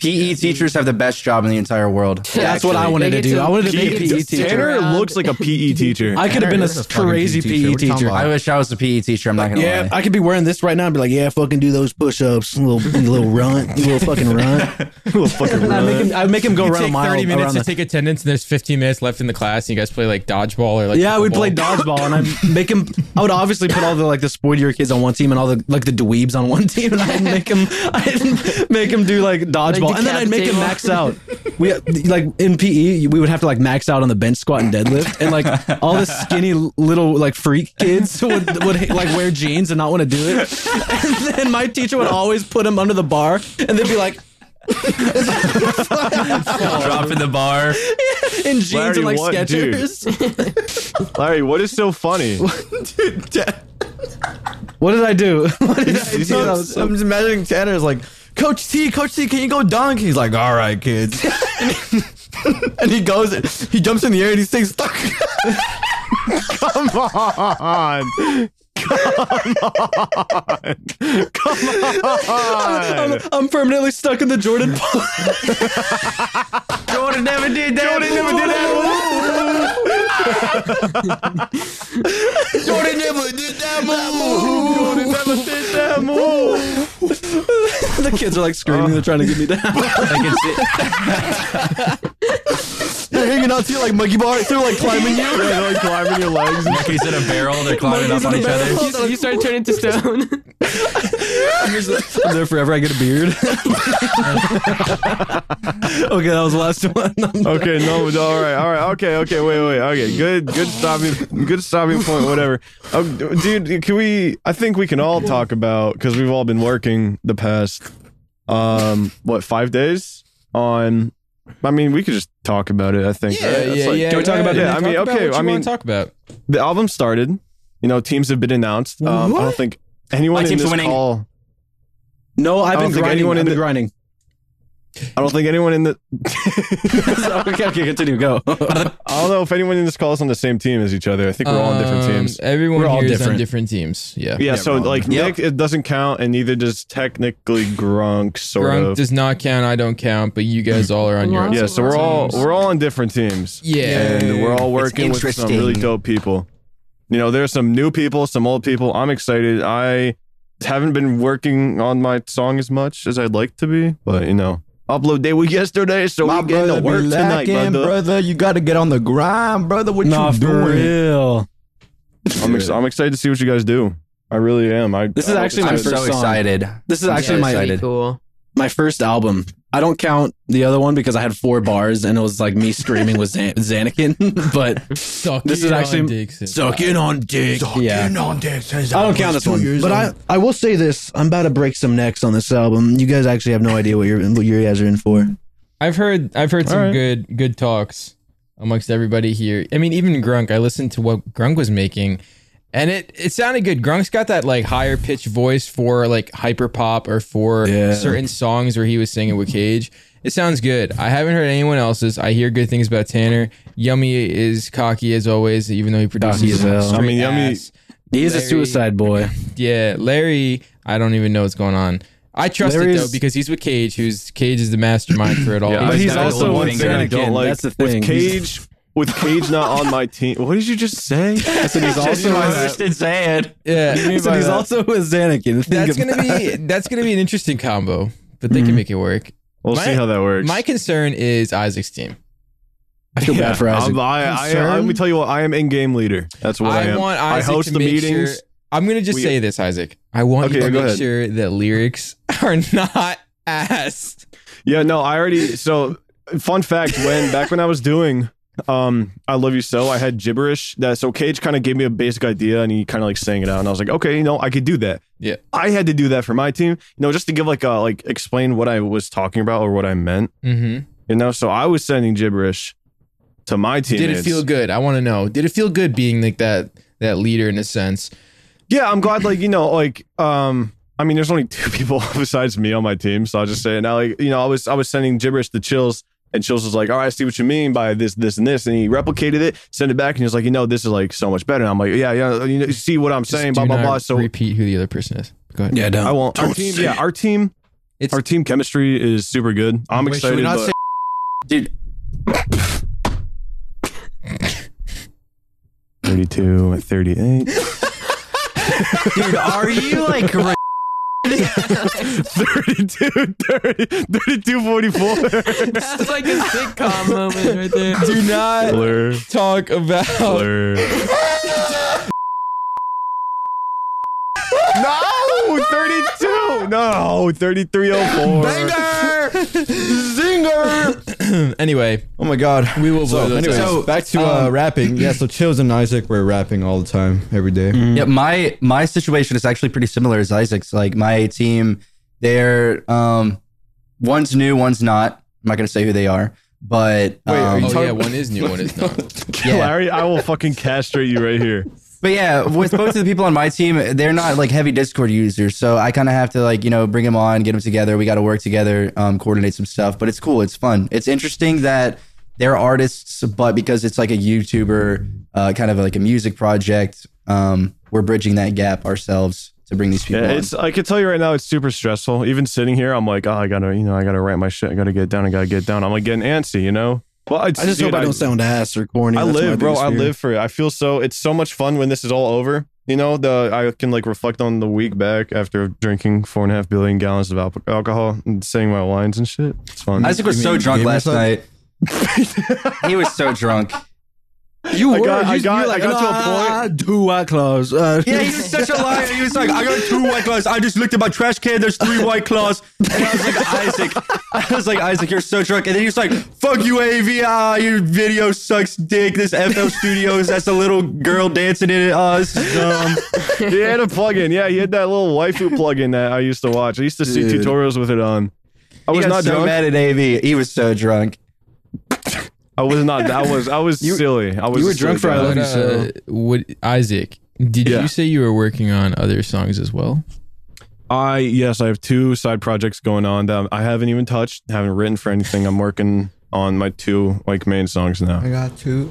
S1: PE E teachers have the best job in the entire world.
S4: That's what I
S3: Actually,
S4: wanted
S3: they
S4: to
S3: get
S4: do.
S3: to
S4: I wanted to be
S2: He-
S4: a PE teacher.
S2: Tanner
S3: around.
S2: looks like a PE teacher.
S4: I could have been a
S7: Tanner is a fucking
S4: crazy
S7: PE teacher.
S4: PE
S7: What are you talking
S4: teacher.
S7: about?
S1: I wish I was a PE teacher. I'm not gonna
S4: Yeah,
S1: lie.
S4: I could be wearing this right now and be like, yeah, fucking do those push ups, little you little runt, you little fucking runt.
S2: Little fucking
S4: I
S2: runt.
S4: make him, I make him go
S6: You
S4: run a
S6: take
S4: mile.
S6: thirty minutes
S4: around
S6: to
S4: the-
S6: take attendance, and there's fifteen minutes left in the class, and you guys play like dodgeball or like.
S4: yeah, we'd play
S6: pickleball.
S4: dodgeball, and I'd make him. I would obviously put all the like the sportier kids on one team and all the like the dweebs on one team, and I'd make him, I'd make him do like dodgeball, and then I'd make him
S3: decapitate
S4: max out. We like in PE, we would have to like max out on the bench squat and deadlift, and like all the skinny little like freak kids would would like wear jeans and not want to do it, and then my teacher would always put him under the bar, and they'd be like.
S1: Dropping the bar.
S4: in jeans
S2: Larry,
S4: and like
S2: what
S4: sketchers.
S2: Larry, what is so funny?
S4: What did I do? What did I
S7: I'm,
S4: do? That was
S7: just- I'm just imagining Tanner's like, Coach T, Coach T, can you go dunk? He's like, all right, kids. and he goes, he jumps in the air and he stays stuck.
S2: Come on.
S4: I'm, I'm permanently stuck in the Jordan pool.
S1: Jordan never did that. Jordan never did
S7: Jordan never did that move. Jordan never did that move.
S4: the kids are like screaming. They're trying to get me down.
S7: They're hanging out to you like monkey bars. They're like climbing you. They're like climbing your legs.
S1: Monkeys in a barrel. They're climbing up on each other.
S3: You, you start turning to stone.
S4: I'm there forever. I get a beard. okay, that was the last one.
S2: okay, no, no, all right, all right, okay, okay, wait, wait, okay, good, good stopping, good stopping point, whatever. Oh, dude, can we? I think we can all talk about because we've all been working the past, um, what five days on. I mean, we could just talk about it. I think.
S6: Yeah,
S2: right?
S6: yeah,
S2: That's
S6: yeah,
S2: like-
S6: yeah.
S4: Can we talk about it?
S2: Yeah, I mean,
S6: Talk about
S2: okay,
S6: what you
S2: I
S6: wanna
S2: mean-
S6: talk about.
S2: The album started. You know, teams have been announced. Um, I don't think anyone
S1: My
S2: in
S1: team's
S2: this
S1: winning.
S2: call.
S4: No, I've
S2: I don't
S4: been
S2: think
S4: grinding.
S2: anyone
S4: I've
S2: in
S4: been
S2: the-
S4: grinding.
S2: I don't think anyone in the.
S1: okay, okay, continue. Go.
S2: I don't know if anyone in this call is on the same team as each other. I think we're all on different
S6: Um,
S2: teams.
S6: Everyone
S4: We're all
S6: here is on
S4: different.
S6: different teams. Yeah.
S2: Yeah, so
S7: we're all
S2: like
S1: Yeah.
S2: Nick, it doesn't count, and neither does technically Grunk, sort
S6: Grunk
S2: of.
S6: does not count. I don't count. But you guys all are on your.
S2: yeah, so we're all we're all on different teams.
S6: Yeah.
S2: and we're all working with some
S1: interesting.
S2: really dope people. You know, there's some new people, some old people. I'm excited. I haven't been working on my song as much as I'd like to be, but you know, upload day was yesterday, so
S7: My
S2: we getting
S7: brother
S2: to
S7: be
S2: work tonight,
S7: lacking,
S2: brother.
S7: brother. You got to get on the grind, brother. What
S4: Nah,
S7: you
S4: for
S7: doing?
S4: real.
S2: I'm, ex- I'm excited to see what you guys do. I really am. I
S4: This is
S2: I-
S4: actually my
S1: I'm
S4: first
S1: so
S4: song.
S1: excited.
S4: This is
S1: I'm
S4: actually
S1: so
S4: my
S1: excited.
S3: Cool.
S4: my first album. I don't count the other one because I had four bars and it was like me screaming with Zan- Zanakin, but
S6: Suck
S4: This
S6: it
S4: is
S6: on
S4: actually-
S6: Dixon.
S4: sucking on dick.
S5: I
S4: Yeah. I don't count this one.
S5: But I, I will say this: I'm about to break some necks on this album. You guys actually have no idea what you're what you guys are in for.
S6: I've heard I've heard some
S2: Alright.
S6: good good talks amongst everybody here. I mean, even Grunk. I listened to what Grunk was making, and it it sounded good. Grunk's got that like higher pitched voice for like hyper pop or for
S5: Yeah.
S6: certain songs where he was singing with Cage. It sounds good. I haven't heard anyone else's. I hear good things about Tanner. Yummy is cocky as always, even though he
S4: Cocky as
S6: produces.
S4: hell.
S6: straight
S2: I mean, Yummy-
S6: ass.
S4: He is a
S6: Larry-
S4: suicide boy.
S6: Yeah, Larry, I don't even know what's going on. I trust it though
S4: Larry's-
S6: because he's with Cage, who's Cage is the mastermind for it all.
S2: Yeah,
S1: But
S2: but
S1: he's
S2: he's
S1: got a
S2: also
S1: little
S2: one thing
S1: finger.
S2: I don't
S4: Again,
S2: like.
S4: that's the thing.
S2: With Cage, with Cage not on my team. What did you just say?
S4: And he's also a,
S1: Just insane.
S6: yeah.
S4: so he's also a Zanakin. Think
S6: That's
S4: of
S6: gonna
S4: that.
S6: be that's gonna be an interesting combo, but
S7: Mm-hmm.
S6: they can make it work.
S2: We'll
S6: My-
S2: see how that works.
S6: My concern is Isaac's team.
S4: I feel bad for Isaac.
S2: I'm- I, I, I, let me tell you what. I am in game leader. That's what I,
S6: I
S2: am.
S6: want
S2: I
S6: Isaac
S2: host
S6: to
S2: the
S6: make
S2: meetings.
S6: Sure, I'm gonna just
S2: We-
S6: say this, Isaac. I want
S2: Okay,
S6: you to
S2: go
S6: make
S2: ahead.
S6: sure that lyrics are not ass.
S2: Yeah, no, I already. So, fun fact: when back when I was doing, um, I love you so, I had gibberish. That so Cage kind of gave me a basic idea, and he kind of like sang it out, and I was like, okay, you know, I could do that.
S6: Yeah.
S2: I had to do that for my team, you know, just to give like a like explain what I was talking about or what I meant,
S6: Mm-hmm.
S2: you know. So I was sending gibberish to my teammates.
S6: Did it feel good? I want to know. Did it feel good being like that that leader in a sense?
S2: Yeah, I'm glad. Like you know, like um, I mean, there's only two people besides me on my team, so I'll just say it now. Like you know, I was I was sending gibberish to Chills, and Chills was like, "All right, I see what you mean by this, this, and this," and he replicated it, sent it back, and he was like, "You know, this is like so much better." And I'm like, "Yeah, yeah, uh, you know, you see what I'm
S6: Just
S2: saying?"
S6: do
S2: Blah blah
S6: not
S2: blah. So
S6: repeat who the other person is. Go ahead.
S4: yeah, don't.
S2: I won't. Our
S5: Don't
S2: team,
S5: say
S2: yeah,
S5: it.
S2: our team,
S6: It's
S2: our team chemistry is super good. I'm
S7: Wait,
S2: excited.
S7: should we not
S2: but-
S7: say-
S1: Dude,
S2: Thirty-two and thirty-eight.
S1: dude, are you like? ra-
S2: 32, 30, 32, 44.
S3: That's like a sitcom moment right there.
S6: do not
S2: Blur,
S6: talk about
S2: blur. No, 32. No, 3304.
S6: anyway.
S7: Oh my god.
S6: We will blow
S7: So,
S6: those
S7: anyways,
S6: out.
S7: back to
S6: um,
S7: uh, rapping. Yeah, so Chills and Isaac were rapping all the time, every day.
S1: Yeah, my my situation is actually pretty similar as Isaac's. Like my team, they're um, one's new, one's not. I'm not gonna say who they are, but
S2: Wait, are
S1: um,
S2: you
S6: Oh
S2: talking-
S6: yeah, one is new, one is not.
S2: Larry, I will fucking castrate you right here.
S1: But yeah, with both of the people on my team, they're not like heavy Discord users, so I kind of have to like you know bring them on, get them together. We got to work together, um, coordinate some stuff. But it's cool, it's fun, it's interesting that they're artists, but because it's like a YouTuber, uh, kind of like a music project, um, we're bridging that gap ourselves to bring these people.
S2: Yeah,
S1: on.
S2: it's I can tell you right now, it's super stressful. Even sitting here, I'm like, oh, I gotta, you know, I gotta write my shit. I gotta get down. I gotta get down. I'm like getting antsy, you know. Well, it's,
S5: I just
S2: dude,
S5: hope I don't sound ass or corny.
S2: I
S5: That's my
S2: live, bro.
S5: biggest
S2: I
S5: fear.
S2: live for it. I feel so. It's so much fun when this is all over. You know, the I can like reflect on the week back after drinking four and a half billion gallons of alco- alcohol and saying my lines and shit. It's fun.
S1: Isaac was
S5: you
S1: so
S5: mean
S1: drunk
S5: game or
S1: last
S5: something?
S1: night. he was so drunk.
S5: You
S2: I
S5: were.
S2: got- I
S5: you,
S2: got-
S5: you're
S2: I
S5: like,
S2: got to
S5: "Nah,
S2: a
S5: Two white claws. Uh,
S1: Yeah, he was such a liar. He was like, I got two white claws. I just looked at my trash can. There's three white claws. And I was like, Isaac, I was like, Isaac, you're so drunk. And then he was like, fuck you, AV. Ah, your video sucks dick. This FL Studios, that's a little girl dancing in it.
S2: Oh,
S1: Uh, this is dumb.
S2: he had a plug-in. Yeah, he had that little waifu plug-in that I used to watch. I used to see
S5: Dude.
S2: tutorials with it on. I
S1: He
S2: was
S1: got
S2: not
S1: so
S2: drunk.
S1: mad at AV. He was so drunk.
S2: I was not. I was. I was silly. I was.
S4: you were
S2: a silly
S4: drunk for
S2: guy.
S4: I love
S6: But,
S4: you so.
S6: uh, would- Isaac, did
S2: Yeah.
S6: you say you were working on other songs as well?
S2: I yes, I have two side projects going on that I haven't even touched, haven't written for anything. I'm working on my two like main songs now.
S7: I got two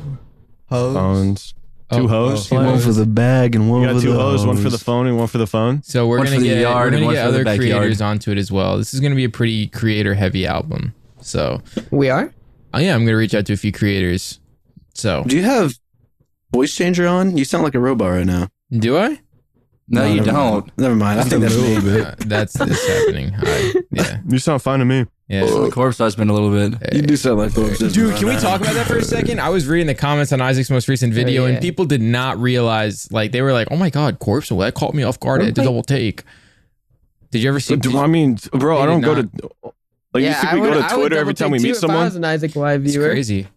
S7: hoes.
S2: Phones, two
S6: Oh,
S2: hoes.
S6: oh,
S5: One for the bag and one
S2: You got
S5: for
S2: two
S5: the
S2: hoes, one for the phone and one for the phone.
S6: So we're
S1: One
S6: gonna
S1: for the
S6: get
S1: yard
S6: we're
S1: and
S6: gonna
S1: one
S6: get
S1: for the
S6: other
S1: backyard.
S6: creators onto it as well. This is gonna be a pretty creator heavy album. So
S3: We are?
S6: oh yeah, I'm gonna reach out to a few creators. So
S5: Do you have voice changer on? You sound like a robot right now.
S6: do I?
S1: No, you
S5: never mind.
S1: don't.
S5: Never mind. I think that's me.
S6: Uh, that's this happening. Hi. Yeah.
S2: You sound fine to me.
S6: Yeah.
S1: Corpse husband a little bit.
S5: You do sound like Philip Sisman
S6: Dude,
S5: right
S6: can we
S5: now.
S6: talk about that for a second? I was reading the comments on Isaac's most recent video,
S3: yeah.
S6: and people did not realize. Like, they were like, "Oh my god, corpse! Well, that caught me off guard. I did a double take." Did you ever see?
S2: Do- I mean, bro, I
S6: Maybe
S2: don't go to. Like you think we
S3: would-
S2: go to
S3: would
S2: Twitter every time we
S3: double-take too
S2: meet
S3: if I
S2: someone?
S3: was an Isaac Y
S6: it's
S3: viewer.
S6: crazy.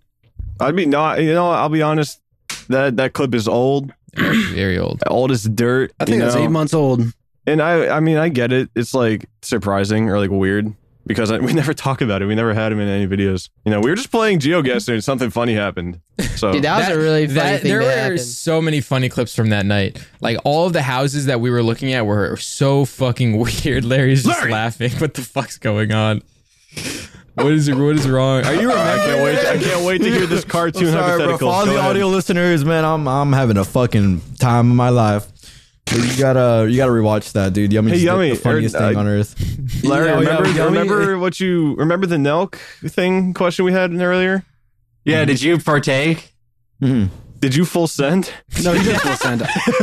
S2: I'd be not. You know, I'll be honest. That that clip is old,
S6: Very old.
S2: old as dirt.
S5: I think
S2: you
S5: that's
S2: know?
S5: eight months old.
S2: And I, I mean, I get it. It's like surprising or like weird because I, we never talk about it. We never had him in any videos. You know, we were just playing GeoGuessr and something funny happened. So
S3: Dude, that was
S6: That-
S3: a really funny
S6: That,
S3: thing
S6: there
S3: that
S6: were
S3: happened.
S6: so many funny clips from that night. Like all of the houses that we were looking at were so fucking weird. Larry's just laughing. What the fuck's going on? What is what is wrong? Are you
S2: I
S6: remembering?
S2: can't wait. I can't wait to hear this
S7: I'm
S2: cartoon
S7: sorry, bro. For
S2: hypothetical.
S7: all
S2: Go
S7: the
S2: ahead.
S7: audio listeners, man, I'm I'm having a fucking time of my life. But you gotta you gotta rewatch that, dude. Yummy,
S2: Hey,
S7: is the-
S2: Yummy,
S7: the funniest
S2: or,
S7: thing
S2: uh,
S7: on earth.
S2: Larry,
S7: Yeah,
S2: remember,
S7: yeah, yummy.
S2: remember what you remember the Nelk thing question we had in earlier?
S1: Yeah, did you partake?
S2: Did you full send?
S5: No, he didn't full send.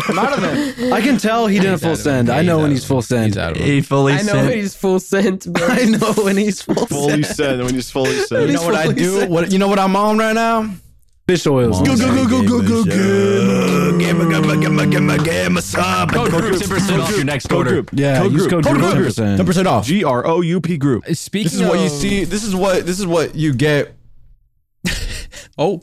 S5: I'm out of it. I can tell he didn't full send. I know when he's full send.
S6: He's out of it.
S1: He fully
S3: I know
S1: sent-
S3: he's full sent, bro.
S5: I know when he's full
S2: Fully
S5: send.
S2: send when you fully send.
S7: You know what I do? What you know what I'm on right now?
S5: Fish oils.
S7: Go go go go go go go. Gamma gamma gamma gamma gamma sub.
S1: Code group 10% off your next
S2: Code
S1: order.
S2: group.
S5: Yeah,
S2: Code
S5: use
S2: group.
S5: code
S2: Code
S5: group
S2: group.
S5: 10%.
S7: Ten percent off.
S2: G R O U P group.
S6: Speaking
S7: This is what you
S6: of-
S7: see. This is what this is what you get.
S6: Oh,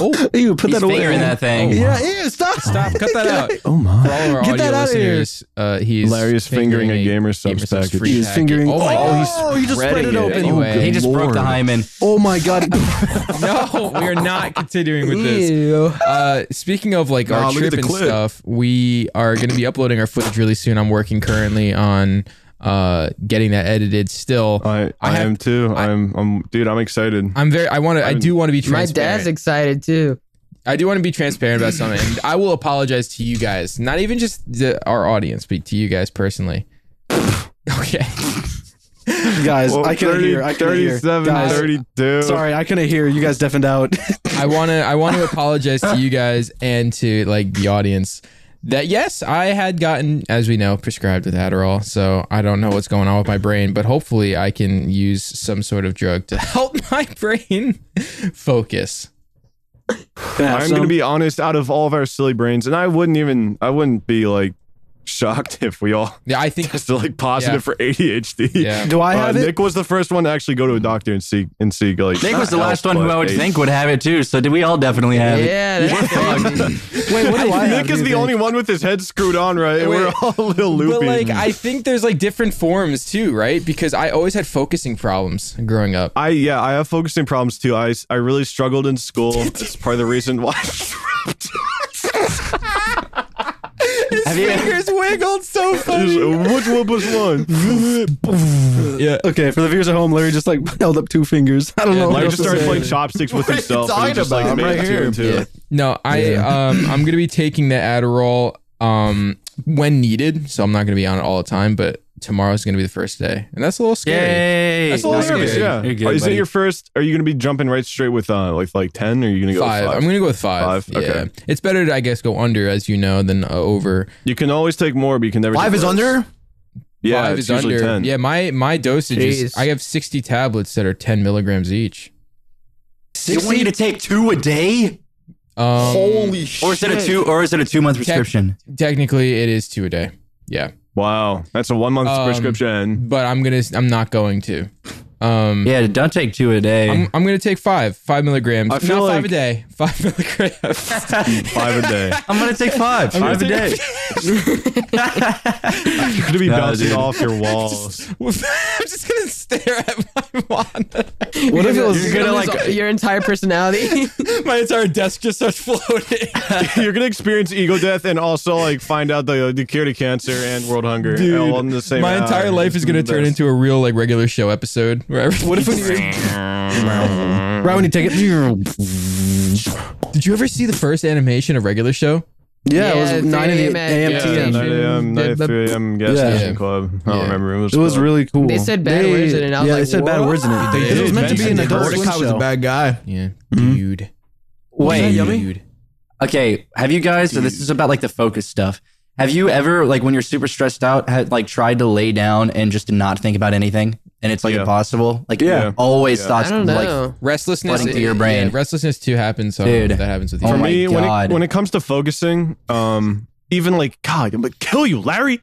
S6: oh,
S5: Ew, put
S1: He's
S5: that away.
S1: fingering that thing.
S7: Yeah, yeah. Stop.
S6: stop! Cut that out.
S2: Oh my.
S6: For all our
S5: Get
S6: audio
S5: that outta here.
S6: listeners, uh, he's
S2: Larry is fingering a Gamer Subs package.
S6: free
S5: He's fingering-
S6: Oh my
S5: Oh, he just spread it
S2: it.
S5: open.
S6: Anyway.
S1: He just broke the hymen.
S5: Oh my god.
S6: god! No, we are not continuing with this.
S3: Ew.
S6: Uh, speaking of like
S7: Nah,
S6: our
S7: look at
S6: trip
S7: the
S6: and
S7: clip.
S6: stuff, we are going to be uploading our footage really soon. I'm working currently on uh getting that edited. Still,
S2: I, I,
S6: have-
S2: am too. I, am I'm dude. I'm excited.
S6: I'm very. I want to. I do want to be
S3: My
S6: transparent.
S3: dad's excited too.
S6: I do want to be transparent about something. And I will apologize to you guys, not even just the, our audience, but to you guys personally. Okay.
S5: Guys,
S2: Well,
S5: I couldn't
S2: 30,
S5: hear. I couldn't hear.
S2: 37,
S5: Guys,
S2: 32.
S5: sorry, I couldn't hear. You guys deafened out.
S6: I want to I want to apologize to you guys and to like the audience that yes, I had gotten as we know prescribed with Adderall, so I don't know what's going on with my brain, but hopefully I can use some sort of drug to help my brain focus.
S2: I'm gonna be honest. Out of all of our silly brains, and I wouldn't even. I wouldn't be like shocked if we all
S6: Yeah, I think
S2: tested like positive
S6: Yeah.
S2: for ADHD.
S6: yeah.
S5: Do I
S2: Uh,
S5: have it?
S2: Nick was the first one to actually go to a doctor and seek and seek like.
S1: Nick was the
S2: not
S1: last
S2: help,
S1: one who
S2: but
S1: I would
S2: a-
S1: think would have it too, so did we all definitely have it?
S3: Yeah, that's crazy.
S5: Wait, what do I have?
S2: Nick is
S5: do
S2: the
S5: you think?
S2: only one with his head screwed on, right?
S6: Wait,
S2: We're all a little
S6: But
S2: loopy.
S6: like I think there's like different forms too, right? Because I always had focusing problems growing up.
S2: I yeah, I have focusing problems too. I I really struggled in school. That's part of the reason why.
S1: Have you-
S6: Fingers wiggled so funny.
S2: Which one was one?
S6: Yeah.
S5: Okay, for the viewers at home, Larry just like held up two fingers. I don't know. what
S2: Larry
S5: else
S2: just
S5: to
S2: started
S5: say.
S2: playing chopsticks with himself. and he
S7: talking
S2: just, like,
S7: about?
S2: made
S7: I'm right
S2: it two
S7: here.
S2: and two.
S6: Yeah. No, I um I'm gonna be taking the Adderall um when needed, so I'm not gonna be on it all the time, but tomorrow's gonna be the first day. And that's a little scary.
S1: Yay!
S2: That's a little
S6: Nice.
S2: nervous,
S6: You're
S2: yeah.
S1: good. You're good,
S2: is
S1: buddy.
S2: it your first? Are you going to be jumping right straight with uh, like like ten? Or are you going to go with
S6: 5
S2: five?
S6: I'm gonna go with five.
S2: Five?
S6: Yeah.
S2: Okay.
S6: It's better to I guess go under, as you know, than uh, over.
S2: you can always take more, but you can never.
S7: Live
S2: take
S7: is
S2: less.
S7: under.
S2: Yeah,
S6: five
S2: it's
S6: is
S2: usually
S6: under.
S2: ten.
S6: Yeah, my my dosage is
S3: Jeez.
S6: I have sixty tablets that are ten milligrams each.
S1: They want you to take two a day,
S6: Um,
S1: or is it a two, or is it a two month prescription?
S6: technically it is two a day. Yeah.
S2: Wow, that's a one month
S6: Um,
S2: prescription.
S6: But I'm gonna I'm not going to.
S2: Hmm.
S6: Um,
S1: Yeah, don't take two a day.
S6: Mm, I'm, I'm gonna take five, five milligrams.
S2: I feel
S6: Not
S2: like-
S6: five a day, five milligrams.
S2: Five a day.
S1: I'm gonna take five. five a day.
S2: You're gonna be
S1: Nah,
S2: bouncing
S1: dude.
S2: off your walls.
S6: I'm just gonna stare at my wand.
S3: What if it was
S1: You're gonna, like-
S3: your entire personality?
S6: my entire desk just starts floating.
S2: You're gonna experience ego death and also like find out the the cure to cancer and world hunger all in the same.
S6: my entire
S2: hour.
S6: life is gonna
S2: It's the
S6: turn
S2: best.
S6: into a real like regular show episode where everything. What if
S4: Right when you take it.
S6: did you ever see the first animation of regular show?
S4: Yeah, it was
S3: Yeah,
S4: 9 in the
S3: 3 a.m.
S4: AM.
S3: at
S2: Yeah, 9 a.m.
S3: Yeah, the-
S2: 93 a.m. gas
S4: Yeah.
S2: station club. I don't
S6: Yeah.
S2: remember. It was,
S4: It was
S2: called-
S4: really cool.
S3: They said bad words in it, and I was
S4: yeah,
S3: like,
S4: they said bad
S3: "What?"
S4: words in it.
S6: They
S4: It was
S6: did.
S4: meant to be an
S2: Benson
S4: adult swim
S7: Mordecai was a
S4: show.
S7: bad guy.
S6: Yeah, dude.
S1: Hmm? Wait,
S6: dude.
S1: okay. Have you guys? So this is about like the focus stuff. Have you ever like when you're super stressed out, had like tried to lay down and just not think about anything, and it's like
S2: Yeah.
S1: impossible? Like
S2: Yeah.
S1: always
S2: Yeah.
S1: thoughts
S3: I don't
S1: like
S3: know.
S6: Restlessness.
S1: Flooding through your brain.
S6: yeah, restlessness too happens. So
S1: Dude.
S6: that happens with you.
S1: Oh
S2: For
S1: my
S2: me, when it,
S1: God.
S2: when it comes to focusing, um, even like God, I'm like kill you, Larry.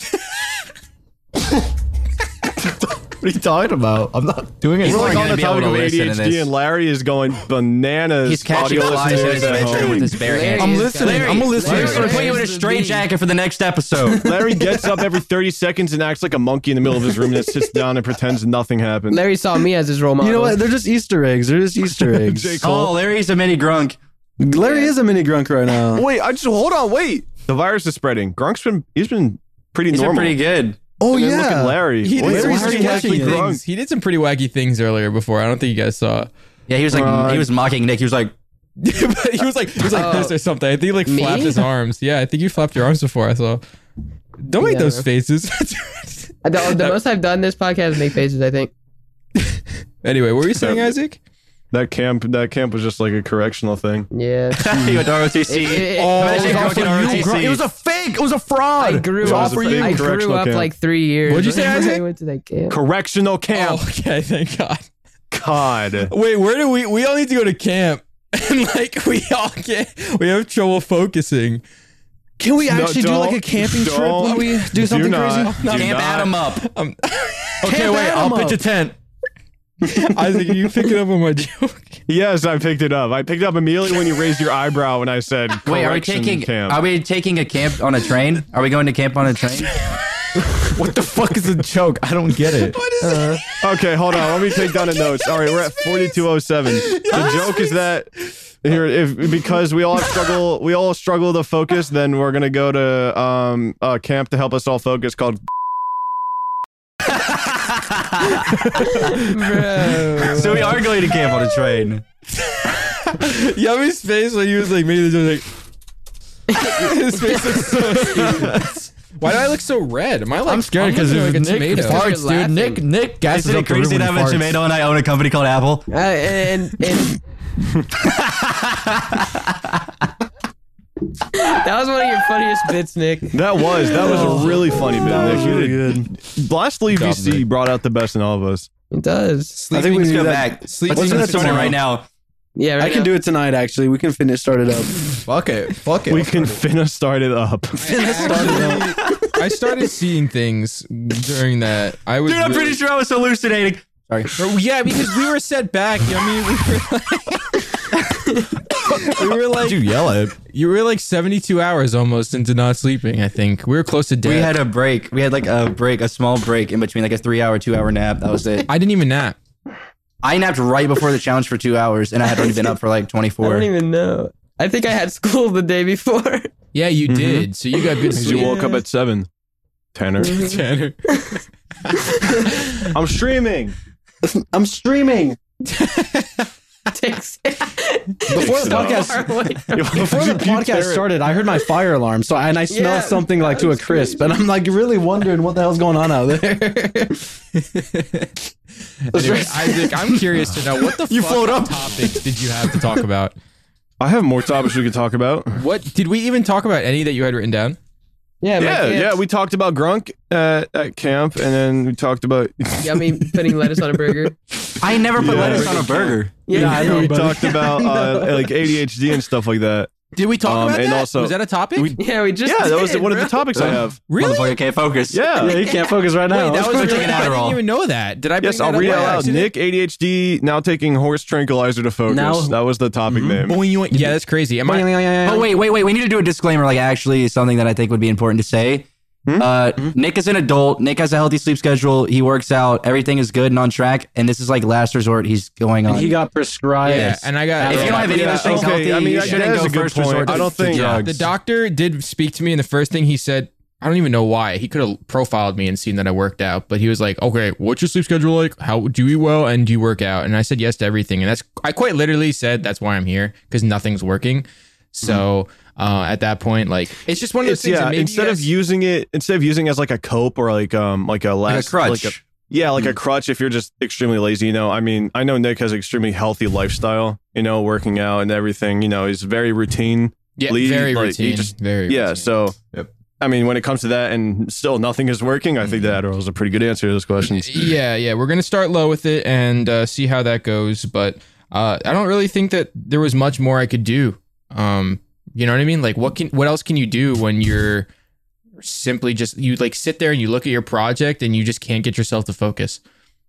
S7: What are you talking about? I'm not doing
S1: He's
S7: it.
S2: We're like
S1: not
S2: on
S1: gonna
S2: the
S1: be able
S2: topic
S1: to
S2: of
S1: listen to
S2: ADHD,
S1: this.
S2: and Larry is going bananas.
S1: He's catching
S2: audio
S1: flies in
S2: listeners
S1: his
S2: at
S1: bedroom
S2: home.
S1: with his bare
S3: Larry
S1: hands.
S3: is
S7: I'm listening.
S3: gone.
S7: I'm a listener.
S1: Larry's gonna put you in a
S3: Larry's the
S1: straitjacket for the next episode.
S2: Larry gets up every 30 seconds and acts like a monkey in the middle of his room and then sits down and pretends nothing happened.
S3: Larry saw me as his role model.
S5: You know what? They're just Easter eggs. They're just Easter eggs.
S2: J. Cole.
S1: oh, Larry's a mini grunk.
S5: Larry is a mini grunk right now.
S2: Wait, I just hold on. Wait, the virus is spreading. Grunk's been he's been pretty
S1: He's been
S2: normal.
S1: pretty good.
S5: Oh
S2: And then look at
S5: yeah.
S2: Larry.
S6: He did,
S2: Wait,
S5: Larry's
S6: some
S2: Larry's
S5: already
S6: pretty
S5: pretty
S2: actually
S5: catching
S6: wacky
S2: Grunk.
S6: things. He did some pretty wacky things earlier before. I don't think you guys saw.
S1: Yeah, he was like
S2: Uh,
S1: he was mocking Nick. He was like,
S6: but he was like he was like
S3: Oh.
S6: this or something. I think he like
S3: Me?
S6: flapped his arms. Yeah, I think you flapped your arms before I saw. Don't make
S3: Yeah.
S6: those faces.
S3: The, the most I've done this podcast is make faces. I think.
S6: anyway, what were you saying, Isaac?
S2: That camp, that camp was just like a correctional thing.
S3: Yeah.
S1: Oh, he went to ROTC.
S6: Oh,
S1: Imagine
S7: it was
S1: Grunk
S7: all
S1: in
S7: for you,
S1: ROTC.
S7: Grunk. It was a fake. It was a fraud.
S3: I grew
S2: It was
S3: up.
S2: a big
S3: I grew
S2: correctional
S3: up
S2: camp.
S3: like three years.
S6: What'd you say,
S3: when
S6: Isaac?
S3: I went to that camp.
S2: Correctional camp.
S6: Oh, okay, thank God.
S2: God.
S6: Wait, where do we? We all need to go to camp, and like we all get we have trouble focusing.
S5: Can we
S2: No,
S5: actually do like a
S2: don't.
S5: camping trip
S2: Don't.
S5: when we do something crazy?
S2: not, Do
S1: Camp
S2: not.
S1: Adam up.
S6: Um,
S7: Okay,
S5: Camp
S7: wait. I'll
S5: Adam
S7: pitch a
S5: up.
S7: tent.
S6: Isaac, you picked it up on my joke.
S2: Yes, I picked it up. I picked it up immediately when you raised your eyebrow when I said,
S1: Wait, are we
S2: correction
S1: taking
S2: camp.
S1: are we taking a camp on a train? Are we going to camp on a train?
S7: What the fuck is a joke? I don't get it.
S6: What is it?
S2: Okay, hold on. Let me take down the notes. All right, we're at 4207. The joke is that here if because we all struggle we all struggle to focus, then we're going to go to um a camp to help us all focus called
S1: so we are going to camp on a train.
S6: Yummy's face when he was like making the joke, like his face looks so stupid. Why do I look so red? Am I like
S7: I'm scared because
S6: looking
S7: if
S6: like a
S7: Nick
S6: tomato.
S3: fart-
S7: farts, dude, Nick Nick gasses
S1: Isn't
S7: up
S1: it
S7: the room
S1: crazy
S7: when
S1: to
S7: he
S1: have a
S7: farts.
S1: tomato and I own a company called Apple?
S3: Uh, and and that was one of your funniest bits, Nick.
S2: That was that was a Oh. really funny bit.
S5: That
S2: Nick.
S5: was
S2: You
S5: really
S2: did-
S5: good.
S2: Lastly,
S6: Job,
S2: VC
S6: Nick.
S2: brought out the best in all of us.
S3: It does.
S1: I think we
S5: Let's
S1: need
S5: do
S1: to go
S5: that.
S1: back.
S6: Sleep-
S1: Let's
S6: Let's do
S1: get
S6: that
S1: started
S6: tomorrow.
S1: right now.
S3: Yeah,
S5: I can do it tonight. Actually, we can finish. Start it up.
S7: Fuck it. Fuck it.
S2: We can finna start it up.
S6: Actually, I started seeing things during that. I was
S1: Dude, I'm pretty sure I was hallucinating.
S6: sure. Yeah, because we were set back. Yummy, we were like, we were like
S7: you yell at?
S6: you were like 72 hours almost into not sleeping. I think we were close to death.
S1: We had a break. We had like a break, a small break in between, like a three hour, two hour nap. That was it.
S6: I didn't even nap.
S1: I napped right before the challenge for two hours, and I had already been up for like
S3: I
S1: 24.
S3: don't even know. I think I had school the day before.
S6: Yeah, you did. So you got good
S2: Because you
S6: sleep.
S2: woke up at seven. Tanner.
S6: Tanner.
S2: I'm streaming.
S5: I'm streaming.
S3: Takes
S5: Before the
S2: so.
S5: podcast,
S3: far away.
S5: before the podcast started, I heard my fire alarm, so and I smelled
S3: Yeah,
S5: something like to a crisp, and I'm like really wondering what the hell's going on out there.
S6: anyway, Isaac, I'm curious to know what the you fuck topics did you have to talk about?
S2: I have more topics we could talk about.
S6: What did we even talk about? Any that you had written down?
S3: Yeah, my
S2: Yeah,
S3: kids.
S2: yeah. We talked about Grunk at, at camp, and then we talked about
S3: Yummy putting lettuce on a burger.
S1: I never put
S2: Yeah.
S1: lettuce on a burger.
S3: Yeah,
S2: we talked about uh, like ADHD and stuff like that.
S6: Did we talk
S2: Um,
S6: about
S2: and
S6: that?
S2: also-
S6: Was that a topic?
S2: We-
S3: Yeah, we just
S2: yeah, that was
S3: did,
S2: one of
S3: bro.
S2: the topics I have.
S6: really?
S1: Motherfucker can't focus.
S2: Yeah.
S4: you can't focus right now.
S6: Wait, that was
S1: Let's go take an
S6: I
S1: Adderall.
S6: didn't even know that. Did I? Bring
S2: Yes, I'll
S6: that up
S2: read it
S6: by
S2: out loud.
S6: accident?
S2: Nick ADHD now taking horse tranquilizer to focus.
S4: Now- Mm-hmm.
S2: that was the topic name.
S6: Boing, you went- Yeah, that's crazy. Am I?
S1: Oh wait, wait, wait. We need to do a disclaimer. Like, actually, something that I think would be important to say. Uh, Nick is an adult. Nick has a healthy sleep schedule. He works out. Everything is good and on track. And this is like last resort. He's going on.
S4: he got prescribed.
S6: Yeah, and I got.
S1: if you don't have any of
S2: Yeah,
S1: those things
S2: okay,
S1: healthy,
S2: I mean,
S1: you
S2: that-
S1: shouldn't
S2: that is
S1: go
S2: a good
S1: first
S2: point.
S1: resort.
S2: I don't
S1: to
S2: think-
S1: drugs.
S6: The doctor did speak to me, and the first thing he said, I don't even know why. He could have profiled me and seen that I worked out, but he was like, "Okay, what's your sleep schedule like? How do you eat well and do you work out?" And I said yes to everything, and that's I quite literally said that's why I'm here because nothing's working. So uh, at that point, like it's just one of those
S2: Mm-hmm. It's,
S6: things. that
S2: yeah,
S6: maybe
S2: instead of
S6: guys-
S2: using it, instead of using it as like a cope or like um like a
S1: Like a
S2: last
S1: crutch.
S2: like a- yeah, like
S4: Mm.
S2: a crutch if you're just extremely lazy. You know, I mean, I know Nick has an extremely healthy lifestyle. You know, working out and everything. You know, he's very routine.
S6: yeah,
S2: leave,
S6: very
S2: like, you
S6: routine,
S2: just-
S6: very
S2: Yeah,
S6: routine.
S2: so
S7: Yep.
S2: I mean, when it comes to that, and still nothing is working, I think the Adderall is a pretty good answer to those questions.
S6: Yeah, yeah, we're gonna start low with it and uh, see how that goes. But uh, I don't really think that there was much more I could do. Um, you know what I mean? Like, what can what else can you do when you're simply just you like sit there and you look at your project and you just can't get yourself to focus.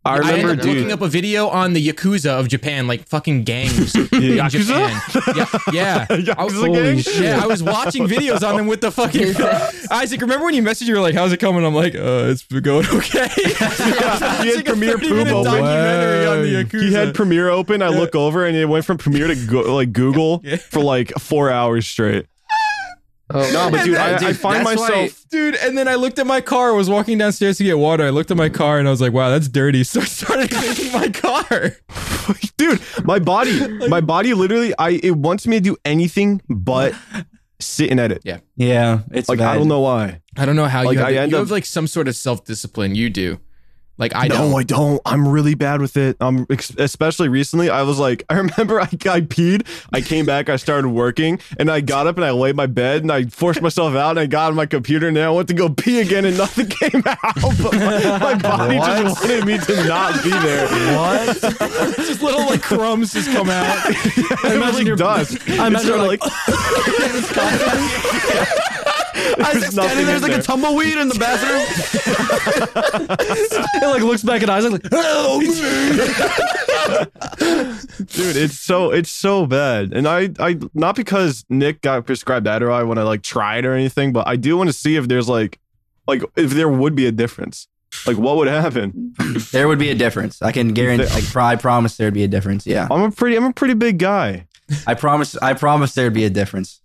S2: I
S6: I
S2: remember,
S6: ended up
S2: dude.
S6: looking up a video on the yakuza of Japan, like fucking gangs in
S2: Yakuza?
S6: Japan. Yeah, yeah. I was,
S2: Yakuza gang?
S6: yeah, I was watching videos on them with the fucking Isaac. Remember when you messaged? You were like, "How's it coming?" I'm like, "Uh, it's going okay."
S2: He had Premiere Poop
S6: minute
S2: open.
S6: documentary on the Yakuza.
S2: He had Premiere open. I look over and it went from Premiere to go, like Google for like four hours straight.
S3: Oh,
S2: No, but
S6: And
S2: dude,
S6: that-
S2: I, I
S6: dude,
S2: find
S1: that's why-
S2: myself.
S6: Dude, and then I looked at my car. I was walking downstairs to get water. I looked at my car and I was like, "Wow, that's dirty." So I started cleaning my car.
S2: dude my body my body literally i it wants me to do anything but sit and edit
S1: Yeah, it's
S2: like
S1: bad.
S2: i don't know why
S6: I don't know how
S2: Like,
S6: you. Have,
S2: I
S6: you
S2: end
S6: have
S2: up-
S6: like some sort of self discipline. You do. Like I
S2: no
S6: don't.
S2: i don't i'm really bad with it i'm ex- especially recently i was like i remember I, I peed i came back i started working and i got up and i laid my bed and i forced myself out and i got on my computer and then i went to go pee again and nothing came out but my, my body just wanted me to not be there
S6: Just little like crumbs just come out.
S2: it was like dust i imagine like
S7: Isaac's
S2: nothing
S7: standing there,
S2: in
S7: there's like
S2: there.
S7: a tumbleweed in the bathroom.
S4: It like looks back at Isaac like,
S2: dude it's so it's so bad and i i not because nick got prescribed adderall i want to like try it or anything but i do want to see if there's like like if there would be a difference like what would happen
S1: There would be a difference. I can guarantee. Like, pro- I promise there'd be a difference. Yeah,
S2: i'm a pretty i'm a pretty big guy
S1: I promise. I promise there'd be a difference.